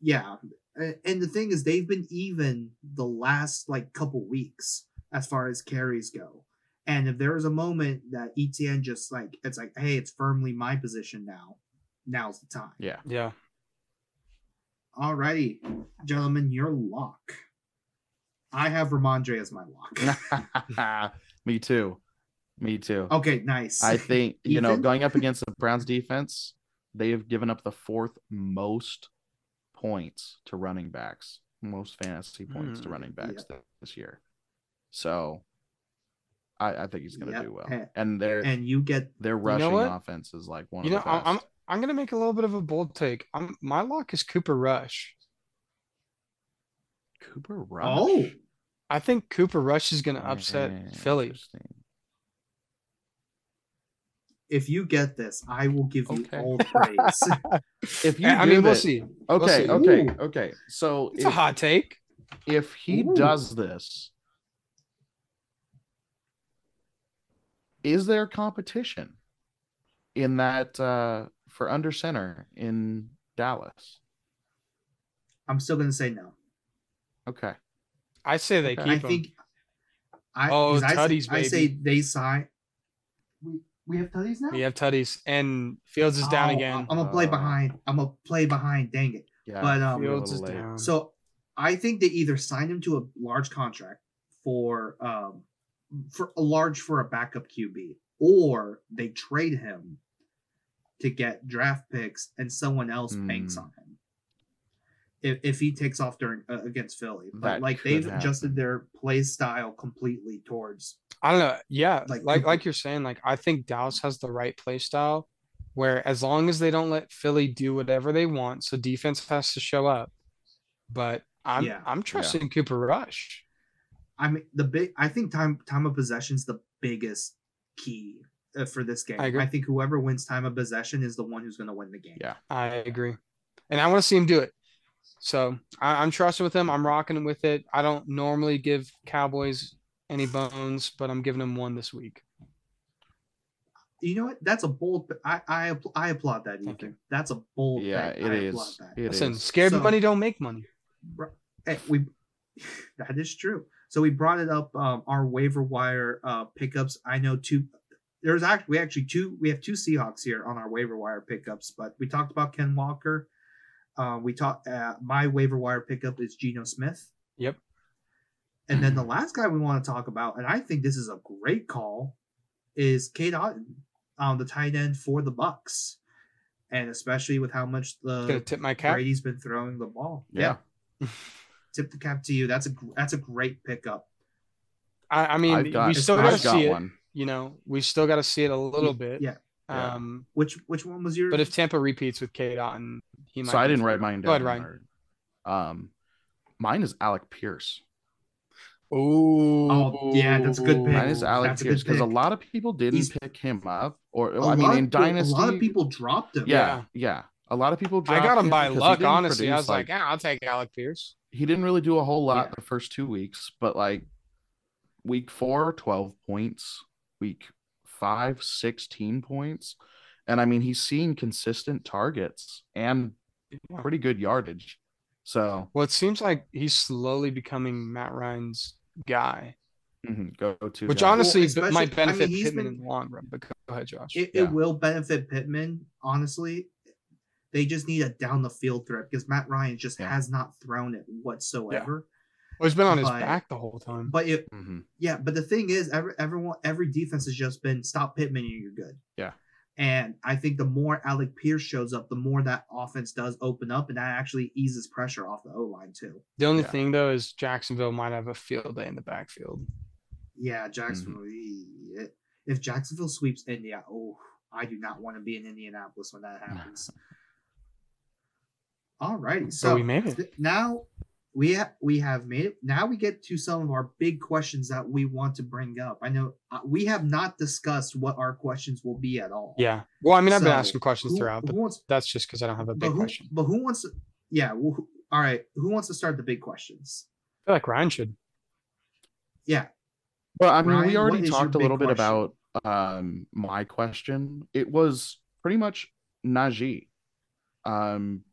[SPEAKER 3] Yeah. A- And the thing is, they've been even the last like couple weeks as far as carries go. And if there is a moment that ETN just like it's like, hey, it's firmly my position now. Now's the time.
[SPEAKER 1] Yeah.
[SPEAKER 2] Yeah.
[SPEAKER 3] Alrighty, gentlemen, your lock. I have Ramondre as my lock.
[SPEAKER 1] Me too. Me too.
[SPEAKER 3] okay, nice.
[SPEAKER 1] I think, you know,
[SPEAKER 3] Oh, Ethan?
[SPEAKER 1] going up against the Browns defense, they have given up the fourth most points to running backs, most fantasy points to
[SPEAKER 3] Mm,
[SPEAKER 2] Hmm,
[SPEAKER 1] running backs th- this year. So I, I think he's going to
[SPEAKER 3] Yep,
[SPEAKER 1] do well.
[SPEAKER 3] and-
[SPEAKER 1] And their
[SPEAKER 3] and you get
[SPEAKER 1] their
[SPEAKER 2] know
[SPEAKER 1] rushing
[SPEAKER 2] what?
[SPEAKER 1] offense is like one
[SPEAKER 2] You
[SPEAKER 1] of
[SPEAKER 2] know,
[SPEAKER 1] the
[SPEAKER 2] I-
[SPEAKER 1] best.
[SPEAKER 2] I'm I'm going to make a little bit of a bold take. I'm my lock is Cooper Rush.
[SPEAKER 1] Cooper Rush.
[SPEAKER 3] Oh.
[SPEAKER 2] I think Cooper Rush is going to upset
[SPEAKER 1] Mm.
[SPEAKER 2] Philly.
[SPEAKER 1] Interesting.
[SPEAKER 3] if you get this, I will give you
[SPEAKER 1] Okay.
[SPEAKER 3] all the praise.
[SPEAKER 1] If you
[SPEAKER 2] I
[SPEAKER 1] do
[SPEAKER 2] mean, we'll
[SPEAKER 1] thi-
[SPEAKER 2] see.
[SPEAKER 1] Okay,
[SPEAKER 2] see.
[SPEAKER 1] okay,
[SPEAKER 3] Ooh.
[SPEAKER 1] okay. So
[SPEAKER 2] It's a
[SPEAKER 1] if-
[SPEAKER 2] hot take.
[SPEAKER 1] if he
[SPEAKER 3] Ooh.
[SPEAKER 1] does this, is there competition in that uh, for under center in Dallas?
[SPEAKER 3] I'm still gonna say no.
[SPEAKER 1] Okay,
[SPEAKER 2] I say they
[SPEAKER 1] Okay.
[SPEAKER 2] keep
[SPEAKER 3] I
[SPEAKER 2] him.
[SPEAKER 3] think. I,
[SPEAKER 2] Oh,
[SPEAKER 3] 'cause I
[SPEAKER 2] Tutties,
[SPEAKER 3] say, I say they sign. We, we have tutties now.
[SPEAKER 2] we have Tutties and Fields is down
[SPEAKER 3] Oh,
[SPEAKER 2] again.
[SPEAKER 3] I'm gonna play
[SPEAKER 1] Oh.
[SPEAKER 3] behind. I'm gonna play behind. Dang it.
[SPEAKER 1] yeah,
[SPEAKER 3] But, um,
[SPEAKER 1] we were a
[SPEAKER 2] Fields is
[SPEAKER 1] little late.
[SPEAKER 2] down.
[SPEAKER 3] So I think they either sign him to a large contract for um for a large for a backup QB, or they trade him to get draft picks and someone else banks
[SPEAKER 1] Hmm.
[SPEAKER 3] on him. If, if he takes off during uh, against Philly, but
[SPEAKER 1] That
[SPEAKER 3] like
[SPEAKER 1] could
[SPEAKER 3] they've adjusted
[SPEAKER 1] happen.
[SPEAKER 3] their play style completely towards
[SPEAKER 2] I don't know. Yeah,
[SPEAKER 3] Like
[SPEAKER 2] like like,
[SPEAKER 3] Cooper-
[SPEAKER 2] you're saying, like I think Dallas has the right play style, where as long as they don't let Philly do whatever they want, so defense has to show up. But I'm
[SPEAKER 3] Yeah.
[SPEAKER 2] I'm trusting Cooper Rush.
[SPEAKER 3] I mean, the big. I think time time of possession is the biggest key uh, for this game.
[SPEAKER 2] I agree.
[SPEAKER 3] think whoever wins time of possession is the one who's going to win the game.
[SPEAKER 1] Yeah.
[SPEAKER 2] I agree, and I want to see him do it. So I, I'm trusting with him. I'm rocking with it. I don't normally give Cowboys any bones, but I'm giving them one this week.
[SPEAKER 3] You know what? That's a bold. p- I I, app- I applaud that.
[SPEAKER 2] Thank
[SPEAKER 3] Ethan. That's a bold.
[SPEAKER 1] Yeah,
[SPEAKER 3] pick.
[SPEAKER 1] it
[SPEAKER 3] I
[SPEAKER 1] is.
[SPEAKER 3] Applaud that.
[SPEAKER 1] It
[SPEAKER 2] Listen,
[SPEAKER 1] is.
[SPEAKER 2] scared
[SPEAKER 3] So-
[SPEAKER 2] money don't make money.
[SPEAKER 3] Hey, Eh, we. that is true. So we brought it up. Um, our waiver wire uh pickups. I know two. There's actually we actually two. We have two Seahawks here on our waiver wire pickups. But we talked about Ken Walker. Uh, we talked. Uh, my waiver wire pickup is Geno Smith.
[SPEAKER 2] Yep.
[SPEAKER 3] And then the last guy we want to talk about, and I think this is a great call, is Kate Otten, um, the tight end for the Bucks. and especially with how much
[SPEAKER 2] Gonna
[SPEAKER 3] the
[SPEAKER 2] tip my cap.
[SPEAKER 3] Brady's been throwing the ball.
[SPEAKER 1] Yeah.
[SPEAKER 3] tip the cap to you. That's a gr- that's a great pickup.
[SPEAKER 2] I, I mean,
[SPEAKER 1] I've got,
[SPEAKER 2] we still gotta
[SPEAKER 1] I've
[SPEAKER 2] see
[SPEAKER 1] got
[SPEAKER 2] it.
[SPEAKER 1] one.
[SPEAKER 2] You know, we still gotta see it a little bit.
[SPEAKER 3] Yeah.
[SPEAKER 1] Yeah.
[SPEAKER 2] Um,
[SPEAKER 3] Which which one was your?
[SPEAKER 2] but if Tampa repeats with K. Dotton, he might.
[SPEAKER 1] So I
[SPEAKER 2] be-
[SPEAKER 1] didn't write mine down.
[SPEAKER 2] Go ahead, Ryan.
[SPEAKER 1] Leonard. Um, mine is Alec Pierce.
[SPEAKER 2] Oh,
[SPEAKER 3] yeah, that's a good pick.
[SPEAKER 1] Mine is
[SPEAKER 3] Ooh,
[SPEAKER 1] Alec
[SPEAKER 3] that's a good
[SPEAKER 1] Pierce because a
[SPEAKER 3] pick.
[SPEAKER 1] lot of people didn't
[SPEAKER 3] He's-
[SPEAKER 1] pick him up. Or
[SPEAKER 3] A
[SPEAKER 1] I mean,
[SPEAKER 3] lot
[SPEAKER 1] in
[SPEAKER 3] of people-
[SPEAKER 1] Dynasty,
[SPEAKER 3] a lot of people dropped him.
[SPEAKER 1] Yeah, yeah, A lot of people.
[SPEAKER 2] I got
[SPEAKER 1] dropped
[SPEAKER 2] him by
[SPEAKER 1] 'cause he
[SPEAKER 2] luck,
[SPEAKER 1] didn't
[SPEAKER 2] honestly. I
[SPEAKER 1] produce,
[SPEAKER 2] was like, yeah, I'll take Alec Pierce.
[SPEAKER 1] he didn't really do a whole lot
[SPEAKER 3] Yeah.
[SPEAKER 1] the first two weeks, but like week four, 12 points, week five, 16 points. And I mean, he's seeing consistent targets and
[SPEAKER 2] Yeah.
[SPEAKER 1] pretty good yardage. So
[SPEAKER 2] Well, it seems like he's slowly becoming Matt Ryan's guy,
[SPEAKER 1] mhm, go to
[SPEAKER 2] which
[SPEAKER 1] guy.
[SPEAKER 2] honestly b- might
[SPEAKER 3] Well, especially- I mean,
[SPEAKER 2] benefit
[SPEAKER 3] he's
[SPEAKER 2] Pittman
[SPEAKER 3] been-
[SPEAKER 2] in the long run. But go ahead, Josh.
[SPEAKER 3] It,
[SPEAKER 1] Yeah.
[SPEAKER 3] it will benefit Pittman, honestly. They just need a down the field threat because Matt Ryan just
[SPEAKER 1] Yeah.
[SPEAKER 3] has not thrown it whatsoever.
[SPEAKER 2] well, he's been on his
[SPEAKER 3] but-
[SPEAKER 2] back the whole time.
[SPEAKER 3] But it,
[SPEAKER 1] Mhm.
[SPEAKER 3] yeah, but the thing is, every, everyone, every defense has just been stop Pittman and you're good.
[SPEAKER 1] Yeah.
[SPEAKER 3] And I think the more Alec Pierce shows up, the more that offense does open up, and that actually eases pressure off the O line too.
[SPEAKER 2] The only
[SPEAKER 1] Yeah.
[SPEAKER 2] thing though is Jacksonville might have a field day in the backfield.
[SPEAKER 3] Yeah, Jacksonville.
[SPEAKER 2] Mm-hmm.
[SPEAKER 3] eh, If Jacksonville sweeps India, oh, I do not want to be in Indianapolis when that happens. All right,
[SPEAKER 2] So
[SPEAKER 3] so
[SPEAKER 2] we made it.
[SPEAKER 3] th- now we ha- we have made it. Now we get to some of our big questions that we want to bring up. I know uh, we have not discussed what our questions will be at all.
[SPEAKER 2] Yeah. Well, I mean, I've been
[SPEAKER 3] So,
[SPEAKER 2] asking questions
[SPEAKER 3] Who-
[SPEAKER 2] throughout, but
[SPEAKER 3] who wants
[SPEAKER 2] that's just because I don't have a
[SPEAKER 3] but
[SPEAKER 2] big
[SPEAKER 3] who,
[SPEAKER 2] question.
[SPEAKER 3] but who wants? To, yeah. Well, who, all right. Who wants to start the big questions?
[SPEAKER 2] I feel like Ryan should.
[SPEAKER 3] Yeah.
[SPEAKER 1] Well, I mean,
[SPEAKER 3] Ryan,
[SPEAKER 1] we
[SPEAKER 3] what
[SPEAKER 1] already
[SPEAKER 3] is your
[SPEAKER 1] talked a
[SPEAKER 3] big
[SPEAKER 1] little bit
[SPEAKER 3] question?
[SPEAKER 1] about um my question. It was pretty much Najee. Um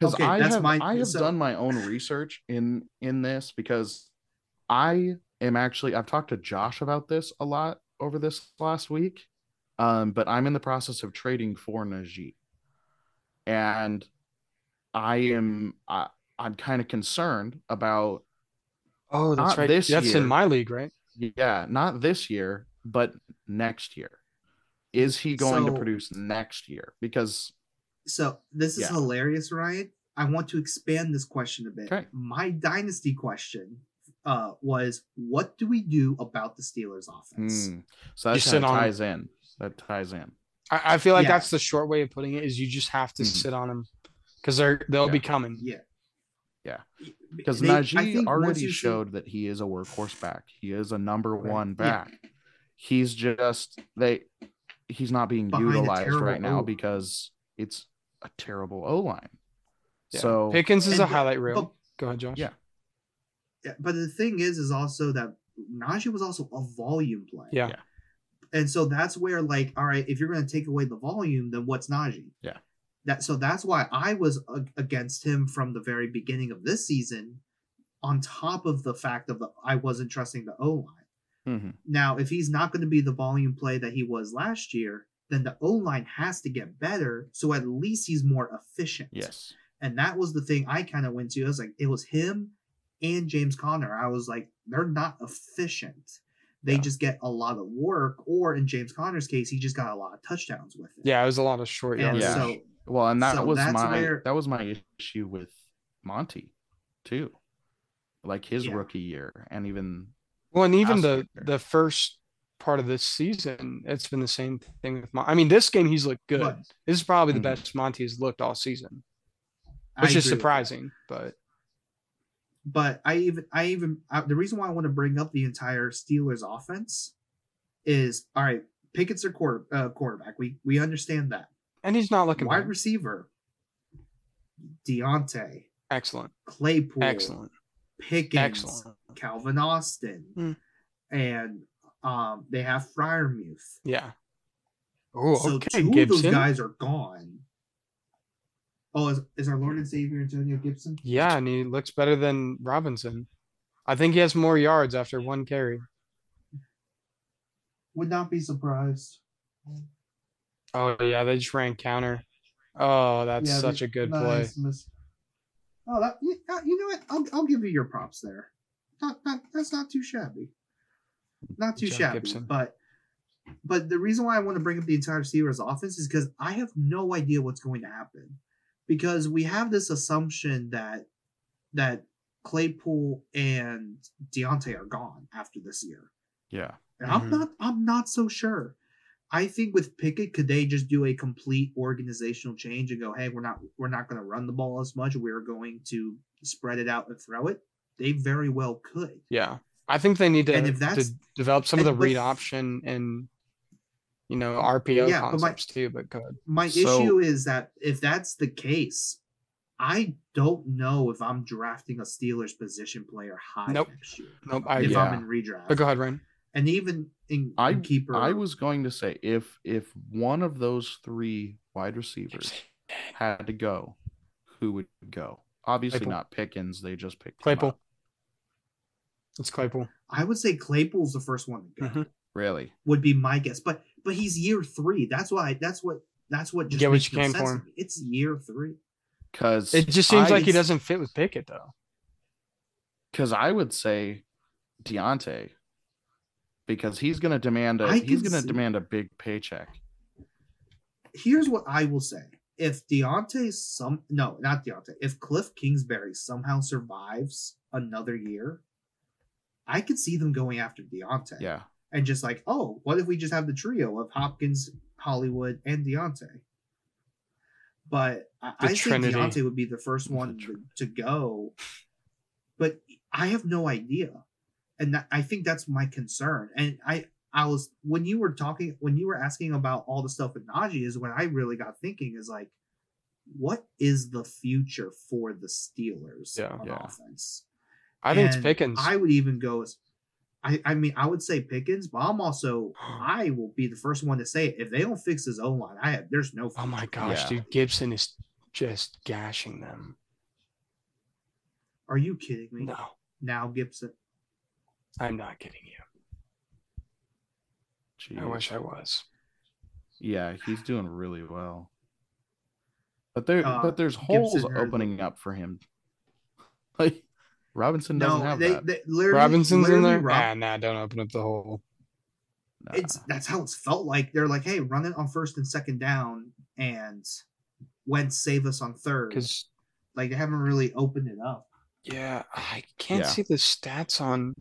[SPEAKER 1] because
[SPEAKER 3] Okay,
[SPEAKER 1] I
[SPEAKER 3] that's
[SPEAKER 1] have
[SPEAKER 3] my-
[SPEAKER 1] I have
[SPEAKER 3] so-
[SPEAKER 1] done my own research in in this because I am actually I've talked to Josh about this a lot over this last week. Um, but I'm in the process of trading for Najee. And I am I, I'm kind of concerned about
[SPEAKER 2] Oh, that's
[SPEAKER 1] Not
[SPEAKER 2] right.
[SPEAKER 1] this
[SPEAKER 2] that's
[SPEAKER 1] year.
[SPEAKER 2] in my league, right?
[SPEAKER 1] yeah, not this year, but next year. Is he going
[SPEAKER 3] So-
[SPEAKER 1] to produce next year? Because
[SPEAKER 3] So this is
[SPEAKER 1] Yeah.
[SPEAKER 3] hilarious, Ryan. I want to expand this question a bit.
[SPEAKER 1] Okay.
[SPEAKER 3] My dynasty question uh, was, what do we do about the Steelers' offense?
[SPEAKER 1] Hmm. so that
[SPEAKER 2] You
[SPEAKER 1] kind
[SPEAKER 2] sit
[SPEAKER 1] of
[SPEAKER 2] on-
[SPEAKER 1] ties in. That ties in.
[SPEAKER 2] I, I feel like
[SPEAKER 3] Yeah. Mm-hmm.
[SPEAKER 2] that's the short way of putting it. Is you just have to
[SPEAKER 1] Mhm.
[SPEAKER 2] sit on them because they're they'll be
[SPEAKER 1] Yeah.
[SPEAKER 2] coming.
[SPEAKER 3] Yeah.
[SPEAKER 1] Yeah.
[SPEAKER 3] Y-
[SPEAKER 1] Because
[SPEAKER 3] they- I
[SPEAKER 1] Najee
[SPEAKER 3] think once
[SPEAKER 1] already
[SPEAKER 3] you see-
[SPEAKER 1] showed that he is a workhorse back. He is a number
[SPEAKER 2] Right.
[SPEAKER 1] one
[SPEAKER 3] Yeah.
[SPEAKER 1] back. He's just they he's not being
[SPEAKER 3] Behind a
[SPEAKER 1] utilized
[SPEAKER 3] terrible
[SPEAKER 1] right now
[SPEAKER 3] O-line.
[SPEAKER 1] because it's a terrible O line.
[SPEAKER 2] Yeah.
[SPEAKER 1] So
[SPEAKER 2] Pickens is
[SPEAKER 3] And
[SPEAKER 2] a
[SPEAKER 3] the-
[SPEAKER 2] highlight reel.
[SPEAKER 3] but-
[SPEAKER 2] Go ahead, Josh.
[SPEAKER 1] Yeah.
[SPEAKER 3] Yeah, but the thing is, is also that Najee was also a volume play.
[SPEAKER 2] Yeah.
[SPEAKER 1] Yeah.
[SPEAKER 3] And so that's where, like, all right, if you're going to take away the volume, then what's Najee?
[SPEAKER 1] Yeah.
[SPEAKER 3] That so that's why I was a- against him from the very beginning of this season. On top of the fact of the, I wasn't trusting the O line.
[SPEAKER 1] mhm.
[SPEAKER 3] Now, if he's not going to be the volume play that he was last year, then the O line has to get better. So at least he's more efficient.
[SPEAKER 1] yes.
[SPEAKER 3] And that was the thing I kind of went to. I was like, it was him and James Conner. I was like, they're not efficient. They
[SPEAKER 1] Yeah.
[SPEAKER 3] just get a lot of work, or in James Conner's case, he just got a lot of touchdowns with it.
[SPEAKER 2] Yeah, it was a lot of short
[SPEAKER 3] And
[SPEAKER 2] yards.
[SPEAKER 1] Yeah.
[SPEAKER 3] so
[SPEAKER 1] Well, and that
[SPEAKER 3] So
[SPEAKER 1] was
[SPEAKER 3] that's
[SPEAKER 1] my
[SPEAKER 3] where-
[SPEAKER 1] that was my issue with Monty too. Like his
[SPEAKER 3] Yeah.
[SPEAKER 1] rookie year and even
[SPEAKER 2] Well, and even
[SPEAKER 1] last
[SPEAKER 2] the
[SPEAKER 1] year.
[SPEAKER 2] the first part of this season, it's been the same thing with Monty. I mean, this game he's looked good.
[SPEAKER 3] But-
[SPEAKER 2] this is probably the
[SPEAKER 1] Mhm.
[SPEAKER 2] best Monty has looked all season,
[SPEAKER 3] I
[SPEAKER 2] which is
[SPEAKER 3] agree with that.
[SPEAKER 2] surprising. But
[SPEAKER 3] but I even I even I, the reason why I want to bring up the entire Steelers offense is all right. Pickett's their quarter, uh, quarterback. We we understand that.
[SPEAKER 2] and he's not looking
[SPEAKER 3] Wide
[SPEAKER 2] bad.
[SPEAKER 3] receiver, Deontay,
[SPEAKER 2] excellent,
[SPEAKER 3] Claypool,
[SPEAKER 2] excellent,
[SPEAKER 3] Pickens,
[SPEAKER 2] excellent.
[SPEAKER 3] Calvin Austin,
[SPEAKER 2] Hmm.
[SPEAKER 3] and um they have Fryermuth.
[SPEAKER 2] Yeah. Oh,
[SPEAKER 3] so
[SPEAKER 2] okay,
[SPEAKER 3] two of
[SPEAKER 2] Gibson.
[SPEAKER 3] those guys are gone. Oh, is, is our Lord and Savior Antonio Gibson?
[SPEAKER 2] yeah, and he looks better than Robinson. I think he has more yards after one carry.
[SPEAKER 3] Would not be surprised.
[SPEAKER 2] Oh yeah, they just ran counter. Oh, that's
[SPEAKER 3] Yeah,
[SPEAKER 2] such
[SPEAKER 3] they-
[SPEAKER 2] a good play.
[SPEAKER 3] nice miss. Oh, that you, uh, you know what? I'll, I'll give you your props there. Not, not that's not too shabby. Not too
[SPEAKER 2] John
[SPEAKER 3] shabby,
[SPEAKER 2] Gibson.
[SPEAKER 3] but But the reason why I want to bring up the entire Steelers offense is because I have no idea what's going to happen. Because we have this assumption that that Claypool and Deontay are gone after this year.
[SPEAKER 1] Yeah.
[SPEAKER 3] And
[SPEAKER 2] Mhm.
[SPEAKER 3] I'm not I'm not so sure. I think with Pickett, could they just do a complete organizational change and go, hey, we're not we're not gonna run the ball as much, we're going to spread it out and throw it? They very well could.
[SPEAKER 2] Yeah, I think they need to,
[SPEAKER 3] And if
[SPEAKER 2] to
[SPEAKER 3] that's-
[SPEAKER 2] develop some of the
[SPEAKER 3] and- but-
[SPEAKER 2] read option and you know RPO
[SPEAKER 3] Yeah, but my-
[SPEAKER 2] concepts too. But go ahead.
[SPEAKER 3] My
[SPEAKER 1] So-
[SPEAKER 3] issue is that if that's the case, I don't know if I'm drafting a Steelers position player high
[SPEAKER 2] Nope.
[SPEAKER 3] next year.
[SPEAKER 2] Nope, I
[SPEAKER 3] if
[SPEAKER 2] agree.
[SPEAKER 1] Yeah.
[SPEAKER 3] I'm in redraft.
[SPEAKER 2] But go ahead, Ryan.
[SPEAKER 3] And even in
[SPEAKER 1] I-
[SPEAKER 3] in keeper
[SPEAKER 1] I was going to say if if one of those three wide receivers had to go, who would go? Obviously
[SPEAKER 2] Claypool.
[SPEAKER 1] not Pickens. They just picked him
[SPEAKER 2] Claypool.
[SPEAKER 1] up.
[SPEAKER 2] It's Claypool.
[SPEAKER 3] I would say Claypool's the first one to go.
[SPEAKER 2] Mhm.
[SPEAKER 1] Really?
[SPEAKER 3] would be my guess. But but he's year three. That's why. That's what. That's what. Just
[SPEAKER 2] Get what
[SPEAKER 3] makes
[SPEAKER 2] you
[SPEAKER 3] no
[SPEAKER 2] can
[SPEAKER 3] sense
[SPEAKER 2] for
[SPEAKER 3] to me. It's year three.
[SPEAKER 1] Because
[SPEAKER 2] It just seems
[SPEAKER 1] I-
[SPEAKER 2] like he
[SPEAKER 3] it's-
[SPEAKER 2] doesn't fit with Pickett though.
[SPEAKER 1] because I would say Deontay because he's going to demand a
[SPEAKER 3] I
[SPEAKER 1] he's
[SPEAKER 3] can
[SPEAKER 1] going to
[SPEAKER 3] see-
[SPEAKER 1] demand a big paycheck.
[SPEAKER 3] Here's what I will say: If Deontay some no, not Deontay. If Cliff Kingsbury somehow survives another year, I could see them going after Deontay.
[SPEAKER 1] Yeah,
[SPEAKER 3] And just like, oh, what if we just have the trio of Hopkins, Hollywood, and Deontay? But I,
[SPEAKER 2] The
[SPEAKER 3] I think
[SPEAKER 2] Trinity.
[SPEAKER 3] Deontay would be the first
[SPEAKER 1] The
[SPEAKER 3] one
[SPEAKER 1] tr-
[SPEAKER 3] to go. But I have no idea, and that, I think that's my concern. And I, I was when you were talking, when you were asking about all the stuff with Najee, is when I really got thinking is like, what is the future for the Steelers
[SPEAKER 2] Yeah.
[SPEAKER 3] on
[SPEAKER 1] Yeah.
[SPEAKER 3] offense?
[SPEAKER 2] I think it's
[SPEAKER 3] And
[SPEAKER 2] Pickens.
[SPEAKER 3] I would even go as I, I mean I would say Pickens, but I'm also I will be the first one to say it. If they don't fix his O line, I have there's no
[SPEAKER 2] oh my
[SPEAKER 3] future.
[SPEAKER 2] gosh,
[SPEAKER 1] Yeah.
[SPEAKER 2] dude, Gibson is just gashing them.
[SPEAKER 3] Are you kidding me?
[SPEAKER 2] No,
[SPEAKER 3] Now Gibson.
[SPEAKER 2] I'm not kidding you. I
[SPEAKER 1] Jeez.
[SPEAKER 2] wish I was.
[SPEAKER 1] Yeah, he's doing really well. But there,
[SPEAKER 3] Uh,
[SPEAKER 1] but there's holes
[SPEAKER 3] Gibson heard-
[SPEAKER 1] opening up for him. Like Robinson doesn't
[SPEAKER 3] No,
[SPEAKER 1] have
[SPEAKER 3] they,
[SPEAKER 1] that.
[SPEAKER 3] they literally,
[SPEAKER 2] Robinson's in
[SPEAKER 3] literally
[SPEAKER 2] there.
[SPEAKER 3] Rob-
[SPEAKER 2] Nah, nah, don't open up the hole.
[SPEAKER 1] Nah.
[SPEAKER 3] it's that's how it's felt like. They're like, hey, run it on first and second down and Wentz save us on third.
[SPEAKER 2] Because
[SPEAKER 3] Like they haven't really opened it up.
[SPEAKER 2] Yeah, I can't
[SPEAKER 1] Yeah.
[SPEAKER 2] see the stats on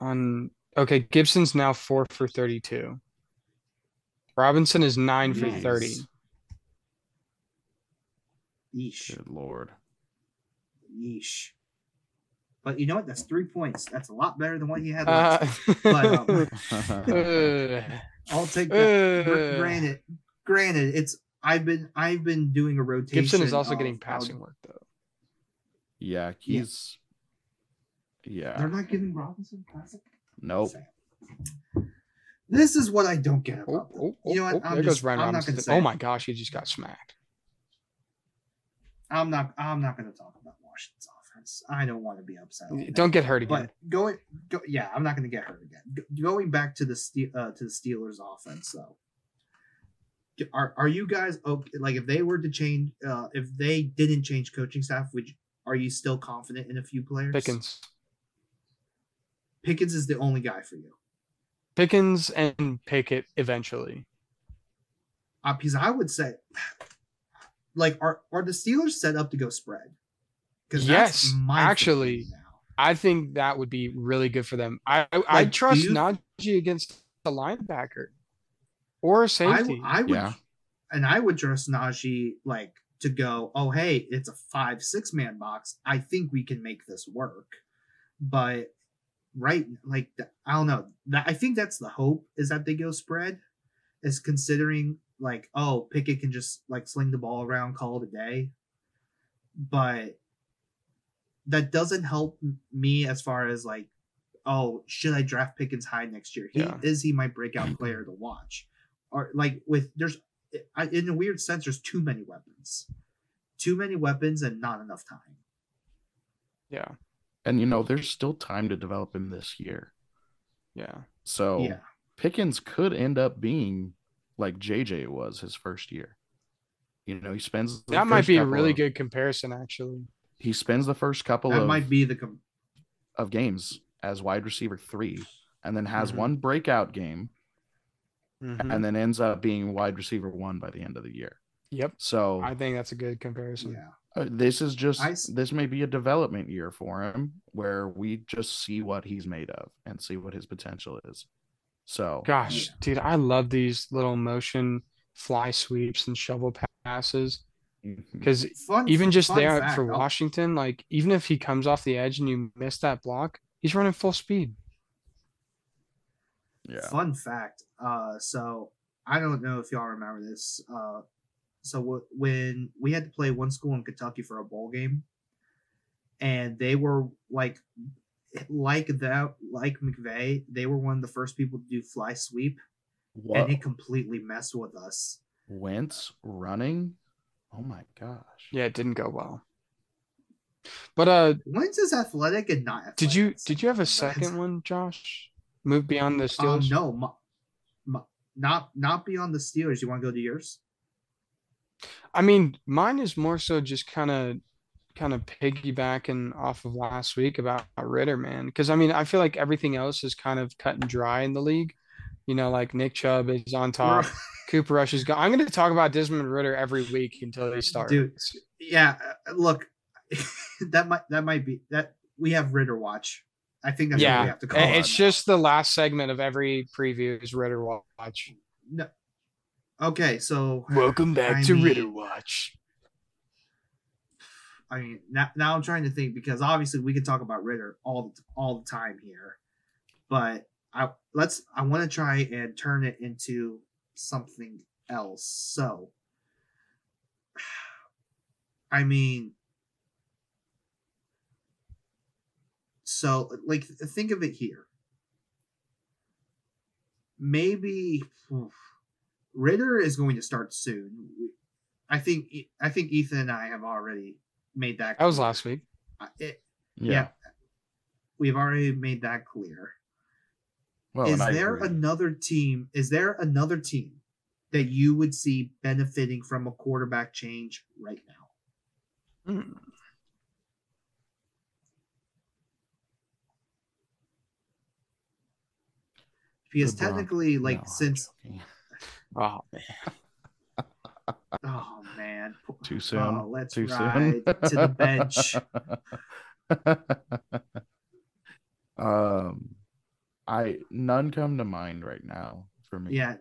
[SPEAKER 2] on okay, Gibson's now 4 for 32. Robinson is 9 for
[SPEAKER 3] Nice.
[SPEAKER 2] 30.
[SPEAKER 3] Yeesh.
[SPEAKER 1] good lord.
[SPEAKER 3] Yeesh. But you know what? That's three points. That's a lot better than what he had last
[SPEAKER 2] Uh,
[SPEAKER 3] But, um,
[SPEAKER 2] uh,
[SPEAKER 3] I'll take that. Gr-
[SPEAKER 2] uh,
[SPEAKER 3] granted, granted, it's I've been I've been doing a rotation.
[SPEAKER 2] Gibson is also
[SPEAKER 3] of
[SPEAKER 2] getting
[SPEAKER 3] how-
[SPEAKER 2] passing work though.
[SPEAKER 1] yeah, he's. Yeah.
[SPEAKER 3] They're not giving Robinson passing.
[SPEAKER 2] Oh.
[SPEAKER 1] Nope.
[SPEAKER 3] This is what I don't get.
[SPEAKER 2] Oh,
[SPEAKER 3] About them.
[SPEAKER 2] oh,
[SPEAKER 3] you know
[SPEAKER 2] oh,
[SPEAKER 3] what?
[SPEAKER 2] oh,
[SPEAKER 3] I'm
[SPEAKER 2] there
[SPEAKER 3] just
[SPEAKER 2] goes Ryan
[SPEAKER 3] I'm not
[SPEAKER 2] Robinson.
[SPEAKER 3] gonna say.
[SPEAKER 2] Oh
[SPEAKER 3] it.
[SPEAKER 2] my gosh, he just got smacked.
[SPEAKER 3] I'm not I'm not going to talk about Washington's offense. I don't want to be upset. on that.
[SPEAKER 2] Don't get hurt again.
[SPEAKER 3] But going, go, yeah, I'm not going to get hurt again. G- going back to the Ste- uh, to the Steelers offense, though, D- are are you guys okay? Like, if they were to change, uh, if they didn't change coaching staff, would you, are you still confident in a few players?
[SPEAKER 2] Pickens.
[SPEAKER 3] Pickens is the only guy for you.
[SPEAKER 2] Pickens and Pickett eventually.
[SPEAKER 3] Uh, because I would say, like, are are the Steelers set up to go spread?
[SPEAKER 2] Yes, actually.
[SPEAKER 3] thinking now.
[SPEAKER 2] I think that would be really good for them. I I, I
[SPEAKER 3] Like, do
[SPEAKER 2] trust
[SPEAKER 3] you-
[SPEAKER 2] Najee against a linebacker or a safety.
[SPEAKER 3] I, I would,
[SPEAKER 1] Yeah.
[SPEAKER 3] and I would trust Najee like to go. Oh, hey, it's a five six man box. I think we can make this work. But right, like th- I don't know. That, I think that's the hope is that they go spread. Is considering like oh Pickett can just like sling the ball around, call it a day. But that doesn't help m- me as far as like oh should I draft Pickens high next year? He
[SPEAKER 2] Yeah.
[SPEAKER 3] is he my breakout player to watch are like with there's I- in a weird sense there's too many weapons too many weapons and not enough time
[SPEAKER 2] yeah,
[SPEAKER 1] And you know, there's still time to develop him this year.
[SPEAKER 2] yeah. Oh,
[SPEAKER 1] So
[SPEAKER 3] yeah
[SPEAKER 1] Pickens could end up being like JJ was his first year. You know, he spends the
[SPEAKER 2] That might
[SPEAKER 1] first
[SPEAKER 2] be a
[SPEAKER 1] couple
[SPEAKER 2] really
[SPEAKER 1] of-
[SPEAKER 2] good comparison, actually.
[SPEAKER 1] He spends the first couple
[SPEAKER 3] that
[SPEAKER 1] of
[SPEAKER 3] might be the com-
[SPEAKER 1] of games as wide receiver three, and then has
[SPEAKER 3] Mm-hmm.
[SPEAKER 2] Mhm.
[SPEAKER 1] one breakout game
[SPEAKER 2] Mhm.
[SPEAKER 1] and then ends up being wide receiver one by the end of the year.
[SPEAKER 2] Yep.
[SPEAKER 1] So
[SPEAKER 2] I think that's a good comparison.
[SPEAKER 3] Oh. Yeah.
[SPEAKER 1] uh, this is just
[SPEAKER 3] I s-
[SPEAKER 1] this may be a development year for him where we just see what he's made of and see what his potential is. So
[SPEAKER 2] Gosh, dude, I love these little motion fly sweeps and shovel passes
[SPEAKER 1] mm-hmm,
[SPEAKER 2] because
[SPEAKER 3] Fun,
[SPEAKER 2] even just
[SPEAKER 3] fun
[SPEAKER 2] there
[SPEAKER 3] fact,
[SPEAKER 2] for
[SPEAKER 3] I'll-
[SPEAKER 2] Washington, like even if he comes off the edge and you miss that block, he's running full speed.
[SPEAKER 1] yeah,
[SPEAKER 3] Fun fact. Uh, so I don't know if y'all remember this. Uh, so w- when we had to play one school in Kentucky for a bowl game, and they were like, like that, like McVeigh, they were one of the first people to do fly sweep,
[SPEAKER 1] what
[SPEAKER 3] and it completely messed with us.
[SPEAKER 1] Wentz running? Oh my gosh!
[SPEAKER 2] Yeah, it didn't go well. But uh,
[SPEAKER 3] Wentz is athletic and not athletic.
[SPEAKER 2] did you did you have a
[SPEAKER 3] That's-
[SPEAKER 2] second one, Josh? Move beyond the
[SPEAKER 3] Um,
[SPEAKER 2] Steelers.
[SPEAKER 3] no, my, my, not not beyond the Steelers. You want to go to yours?
[SPEAKER 2] I mean, mine is more so just kind of kind of piggybacking off of last week about Ritter, man. Because I mean, I feel like everything else is kind of cut and dry in the league. You know, like Nick Chubb is on top, Cooper Rush is gone. I'm going to talk about Desmond Ritter every week until they start.
[SPEAKER 3] Dude. yeah uh, look that might that might be that we have ritter watch i think that's what
[SPEAKER 2] Yeah,
[SPEAKER 3] we have to call
[SPEAKER 2] I-
[SPEAKER 3] it
[SPEAKER 2] it's just the last segment of every preview is Ritter Watch.
[SPEAKER 3] okay so
[SPEAKER 2] Welcome
[SPEAKER 3] back I to Ritter mean-
[SPEAKER 2] Watch.
[SPEAKER 3] i mean now, now i'm trying to think because obviously we can talk about ritter all the, all the time here but i let's i want to try and turn it into something else so i mean so like think of it here maybe oof, ritter is going to start soon i think E, i think ethan and i have already made that
[SPEAKER 2] That was
[SPEAKER 3] clear.
[SPEAKER 2] last week.
[SPEAKER 3] I- it,
[SPEAKER 1] Yeah.
[SPEAKER 3] yeah. we've already made that clear
[SPEAKER 1] Well,
[SPEAKER 3] is
[SPEAKER 1] Oh, and I
[SPEAKER 3] there
[SPEAKER 1] agree.
[SPEAKER 3] another team is there another team that you would see benefiting from a quarterback change right now
[SPEAKER 2] Mm.
[SPEAKER 3] because
[SPEAKER 1] The Bron-
[SPEAKER 3] technically like
[SPEAKER 1] No, I'm
[SPEAKER 3] since
[SPEAKER 1] joking.
[SPEAKER 2] Oh,
[SPEAKER 3] oh man
[SPEAKER 1] Too soon?
[SPEAKER 3] oh, let's
[SPEAKER 1] Too soon?
[SPEAKER 3] ride to the bench
[SPEAKER 1] um, I none come to mind right now for me.
[SPEAKER 3] yeah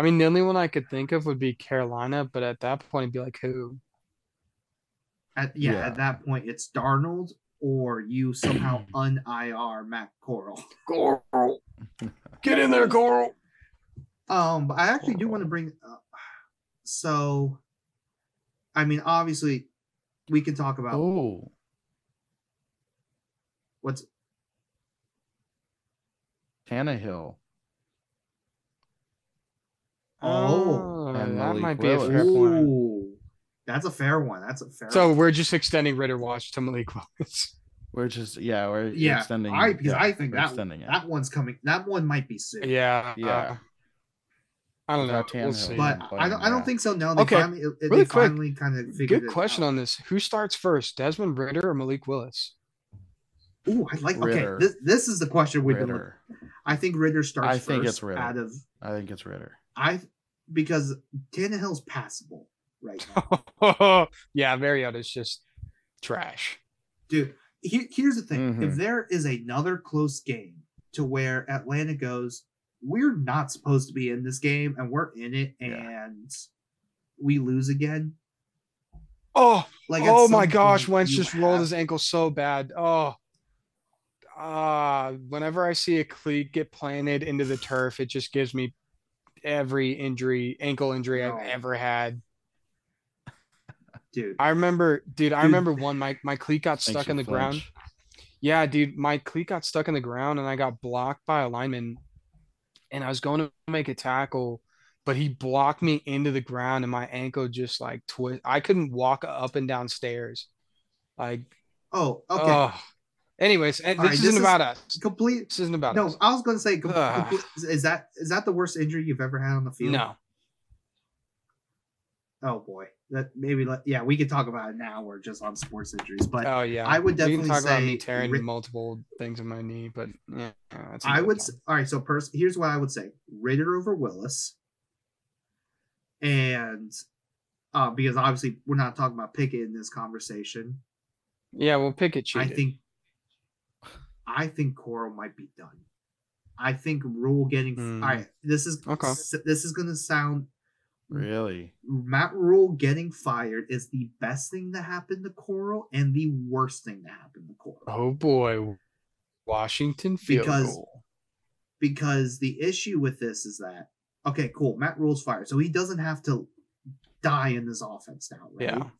[SPEAKER 2] I mean, the only one I could think of would be Carolina, but at that point, it'd be like who?
[SPEAKER 3] at, yeah,
[SPEAKER 1] Yeah.
[SPEAKER 3] at that point it's darnold or you somehow un-ir matt coral
[SPEAKER 1] Oh,
[SPEAKER 2] Coral, get in there, Coral.
[SPEAKER 3] Um, but I actually do want to bring. Uh, so, I mean, obviously, we can talk about
[SPEAKER 1] Oh,
[SPEAKER 3] what's
[SPEAKER 1] Tannehill.
[SPEAKER 3] Oh,
[SPEAKER 1] and
[SPEAKER 2] that
[SPEAKER 1] Malik
[SPEAKER 2] might be a
[SPEAKER 1] Willis.
[SPEAKER 2] fair point.
[SPEAKER 3] Ooh, that's a fair one. That's a fair.
[SPEAKER 2] So
[SPEAKER 3] one.
[SPEAKER 2] we're just extending Ritter Watch to Malik Willis.
[SPEAKER 1] We're just yeah, we're
[SPEAKER 3] Yeah,
[SPEAKER 1] extending.
[SPEAKER 3] I because
[SPEAKER 1] yeah,
[SPEAKER 3] I think
[SPEAKER 1] we're
[SPEAKER 3] that
[SPEAKER 1] extending it.
[SPEAKER 3] that one's coming. That one might be soon.
[SPEAKER 2] Yeah, uh,
[SPEAKER 1] Yeah.
[SPEAKER 2] I don't know.
[SPEAKER 1] Without
[SPEAKER 2] We'll
[SPEAKER 1] Tannehill.
[SPEAKER 2] see.
[SPEAKER 3] But
[SPEAKER 1] Yeah.
[SPEAKER 3] I don't. I don't think so. Now they
[SPEAKER 2] Okay,
[SPEAKER 3] finally. it- They
[SPEAKER 2] really quick,
[SPEAKER 3] finally kind of figured.
[SPEAKER 2] Good question on this. Who starts first, Desmond Ritter or Malik Willis?
[SPEAKER 3] on. Ooh, I like.
[SPEAKER 1] Ritter.
[SPEAKER 3] Okay, this this is the question we've been. Looking.
[SPEAKER 1] Ritter.
[SPEAKER 3] I think Ritter starts.
[SPEAKER 1] I think
[SPEAKER 3] first
[SPEAKER 1] it's Ritter.
[SPEAKER 3] out of
[SPEAKER 1] I think it's Ritter.
[SPEAKER 3] I because Tannehill's passable right now.
[SPEAKER 2] yeah, Mariota's just trash.
[SPEAKER 3] dude he, here's the thing if
[SPEAKER 1] Mhm.
[SPEAKER 2] Mm-hmm.
[SPEAKER 3] there is another close game to where atlanta goes we're not supposed to be in this game and we're in it and
[SPEAKER 1] Yeah.
[SPEAKER 3] we lose again
[SPEAKER 2] Oh,
[SPEAKER 3] like at
[SPEAKER 2] oh
[SPEAKER 3] some
[SPEAKER 2] my gosh,
[SPEAKER 3] point,
[SPEAKER 2] Wentz
[SPEAKER 3] you
[SPEAKER 2] just rolled
[SPEAKER 3] have-
[SPEAKER 2] his ankle so bad. Oh, ah, whenever I see a cleat get planted into the turf, it just gives me every injury, ankle injury
[SPEAKER 3] No.
[SPEAKER 2] I've ever had.
[SPEAKER 3] dude
[SPEAKER 2] I remember, dude, I
[SPEAKER 3] Dude.
[SPEAKER 2] remember one. My my cleat got
[SPEAKER 1] Makes
[SPEAKER 2] stuck
[SPEAKER 1] you
[SPEAKER 2] in the ground.
[SPEAKER 1] flinch.
[SPEAKER 2] Yeah, dude, my cleat got stuck in the ground and I got blocked by a lineman. And I was going to make a tackle, but he blocked me into the ground and my ankle just like twist. I couldn't walk up and down stairs. Like,
[SPEAKER 3] oh okay
[SPEAKER 2] oh. Anyways, and
[SPEAKER 3] All
[SPEAKER 2] this
[SPEAKER 3] right, this
[SPEAKER 2] isn't
[SPEAKER 3] is-
[SPEAKER 2] about us.
[SPEAKER 3] complete
[SPEAKER 2] This isn't about
[SPEAKER 3] no
[SPEAKER 2] us.
[SPEAKER 3] i was gonna say com-
[SPEAKER 2] Ugh.
[SPEAKER 3] complete- is that is that the worst injury you've ever had on the field
[SPEAKER 2] No.
[SPEAKER 3] oh boy that maybe let, yeah we could talk about it now or just on sports injuries but
[SPEAKER 2] Oh yeah,
[SPEAKER 3] I would
[SPEAKER 2] we
[SPEAKER 3] definitely
[SPEAKER 2] can talk about
[SPEAKER 3] say
[SPEAKER 2] me tearing
[SPEAKER 3] Rick-
[SPEAKER 2] multiple things in my knee, but yeah, that's
[SPEAKER 3] I
[SPEAKER 2] another
[SPEAKER 3] would
[SPEAKER 2] time.
[SPEAKER 3] s- all right. So pers- here's what I would say: Ritter over Willis, and uh, because obviously we're not talking about Pickett in this conversation.
[SPEAKER 2] yeah, well, Pickett cheated.
[SPEAKER 3] I think I think Coral might be done. I think Rule getting
[SPEAKER 2] Hmm.
[SPEAKER 3] all right. This is
[SPEAKER 2] Okay.
[SPEAKER 3] s- This is going to sound
[SPEAKER 1] Really?
[SPEAKER 3] Matt Rule getting fired is the best thing that happened to Coral and the worst thing that happened to Coral.
[SPEAKER 2] oh boy, Washington field
[SPEAKER 3] Because-
[SPEAKER 2] goal.
[SPEAKER 3] because the issue with this is that okay, cool, Matt Rule's fired, so he doesn't have to die in this offense now, right?
[SPEAKER 2] Yeah,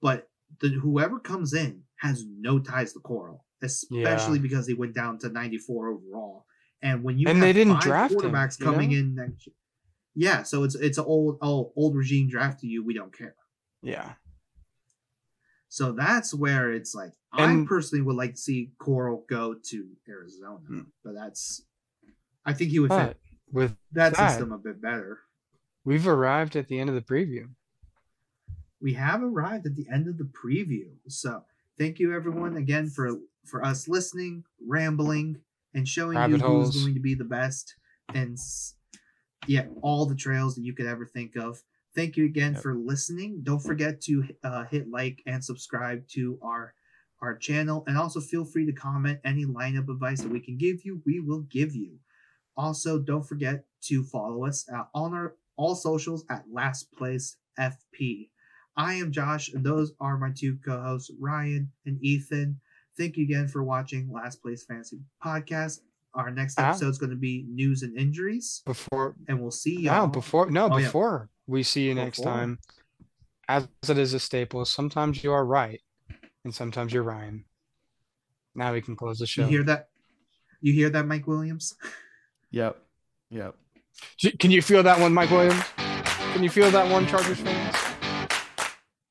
[SPEAKER 3] But the, whoever comes in has no ties to Coral, especially
[SPEAKER 2] Yeah.
[SPEAKER 3] because he went down to 94 overall. And when you
[SPEAKER 2] And
[SPEAKER 3] have
[SPEAKER 2] they didn't
[SPEAKER 3] five
[SPEAKER 2] draft him,
[SPEAKER 3] quarterbacks
[SPEAKER 2] you
[SPEAKER 3] coming
[SPEAKER 2] know?
[SPEAKER 3] in next year, yeah, so it's it's an old oh old regime draft to you, we don't care.
[SPEAKER 2] yeah.
[SPEAKER 3] So that's where it's like I
[SPEAKER 2] And-
[SPEAKER 3] personally would like to see Coral go to Arizona,
[SPEAKER 2] Hmm.
[SPEAKER 3] but that's I think he would fit
[SPEAKER 2] But with
[SPEAKER 3] that
[SPEAKER 2] That-
[SPEAKER 3] system a bit better.
[SPEAKER 2] we've arrived at the end of the preview.
[SPEAKER 3] We have arrived at the end of the preview. So thank you everyone again for for us listening, rambling, and showing you
[SPEAKER 2] Rabbit
[SPEAKER 3] who's
[SPEAKER 2] holes.
[SPEAKER 3] going to be the best and s- yeah, all the trails that you could ever think of. Thank you again
[SPEAKER 2] Yep.
[SPEAKER 3] for listening. Don't forget to uh, hit like and subscribe to our our channel and also feel free to comment any lineup advice that we can give you we will give you also don't forget to follow us uh, on our all socials at last place fp i am josh and those are my two co-hosts ryan and ethan thank you again for watching last place fantasy podcast our next
[SPEAKER 2] Ah.
[SPEAKER 3] episode is going to be news and injuries
[SPEAKER 2] Before
[SPEAKER 3] and we'll see you
[SPEAKER 2] no, Ah, before no,
[SPEAKER 3] Oh, yeah.
[SPEAKER 2] before we see you next
[SPEAKER 1] Before.
[SPEAKER 2] time. As it is a staple, sometimes you are right, and sometimes you're Ryan. Now we can close the
[SPEAKER 3] you
[SPEAKER 2] show.
[SPEAKER 3] hear that you hear that mike williams
[SPEAKER 1] Yep. Yep.
[SPEAKER 2] J- Can you feel that one, Mike Williams? Can you feel that one, Chargers fans?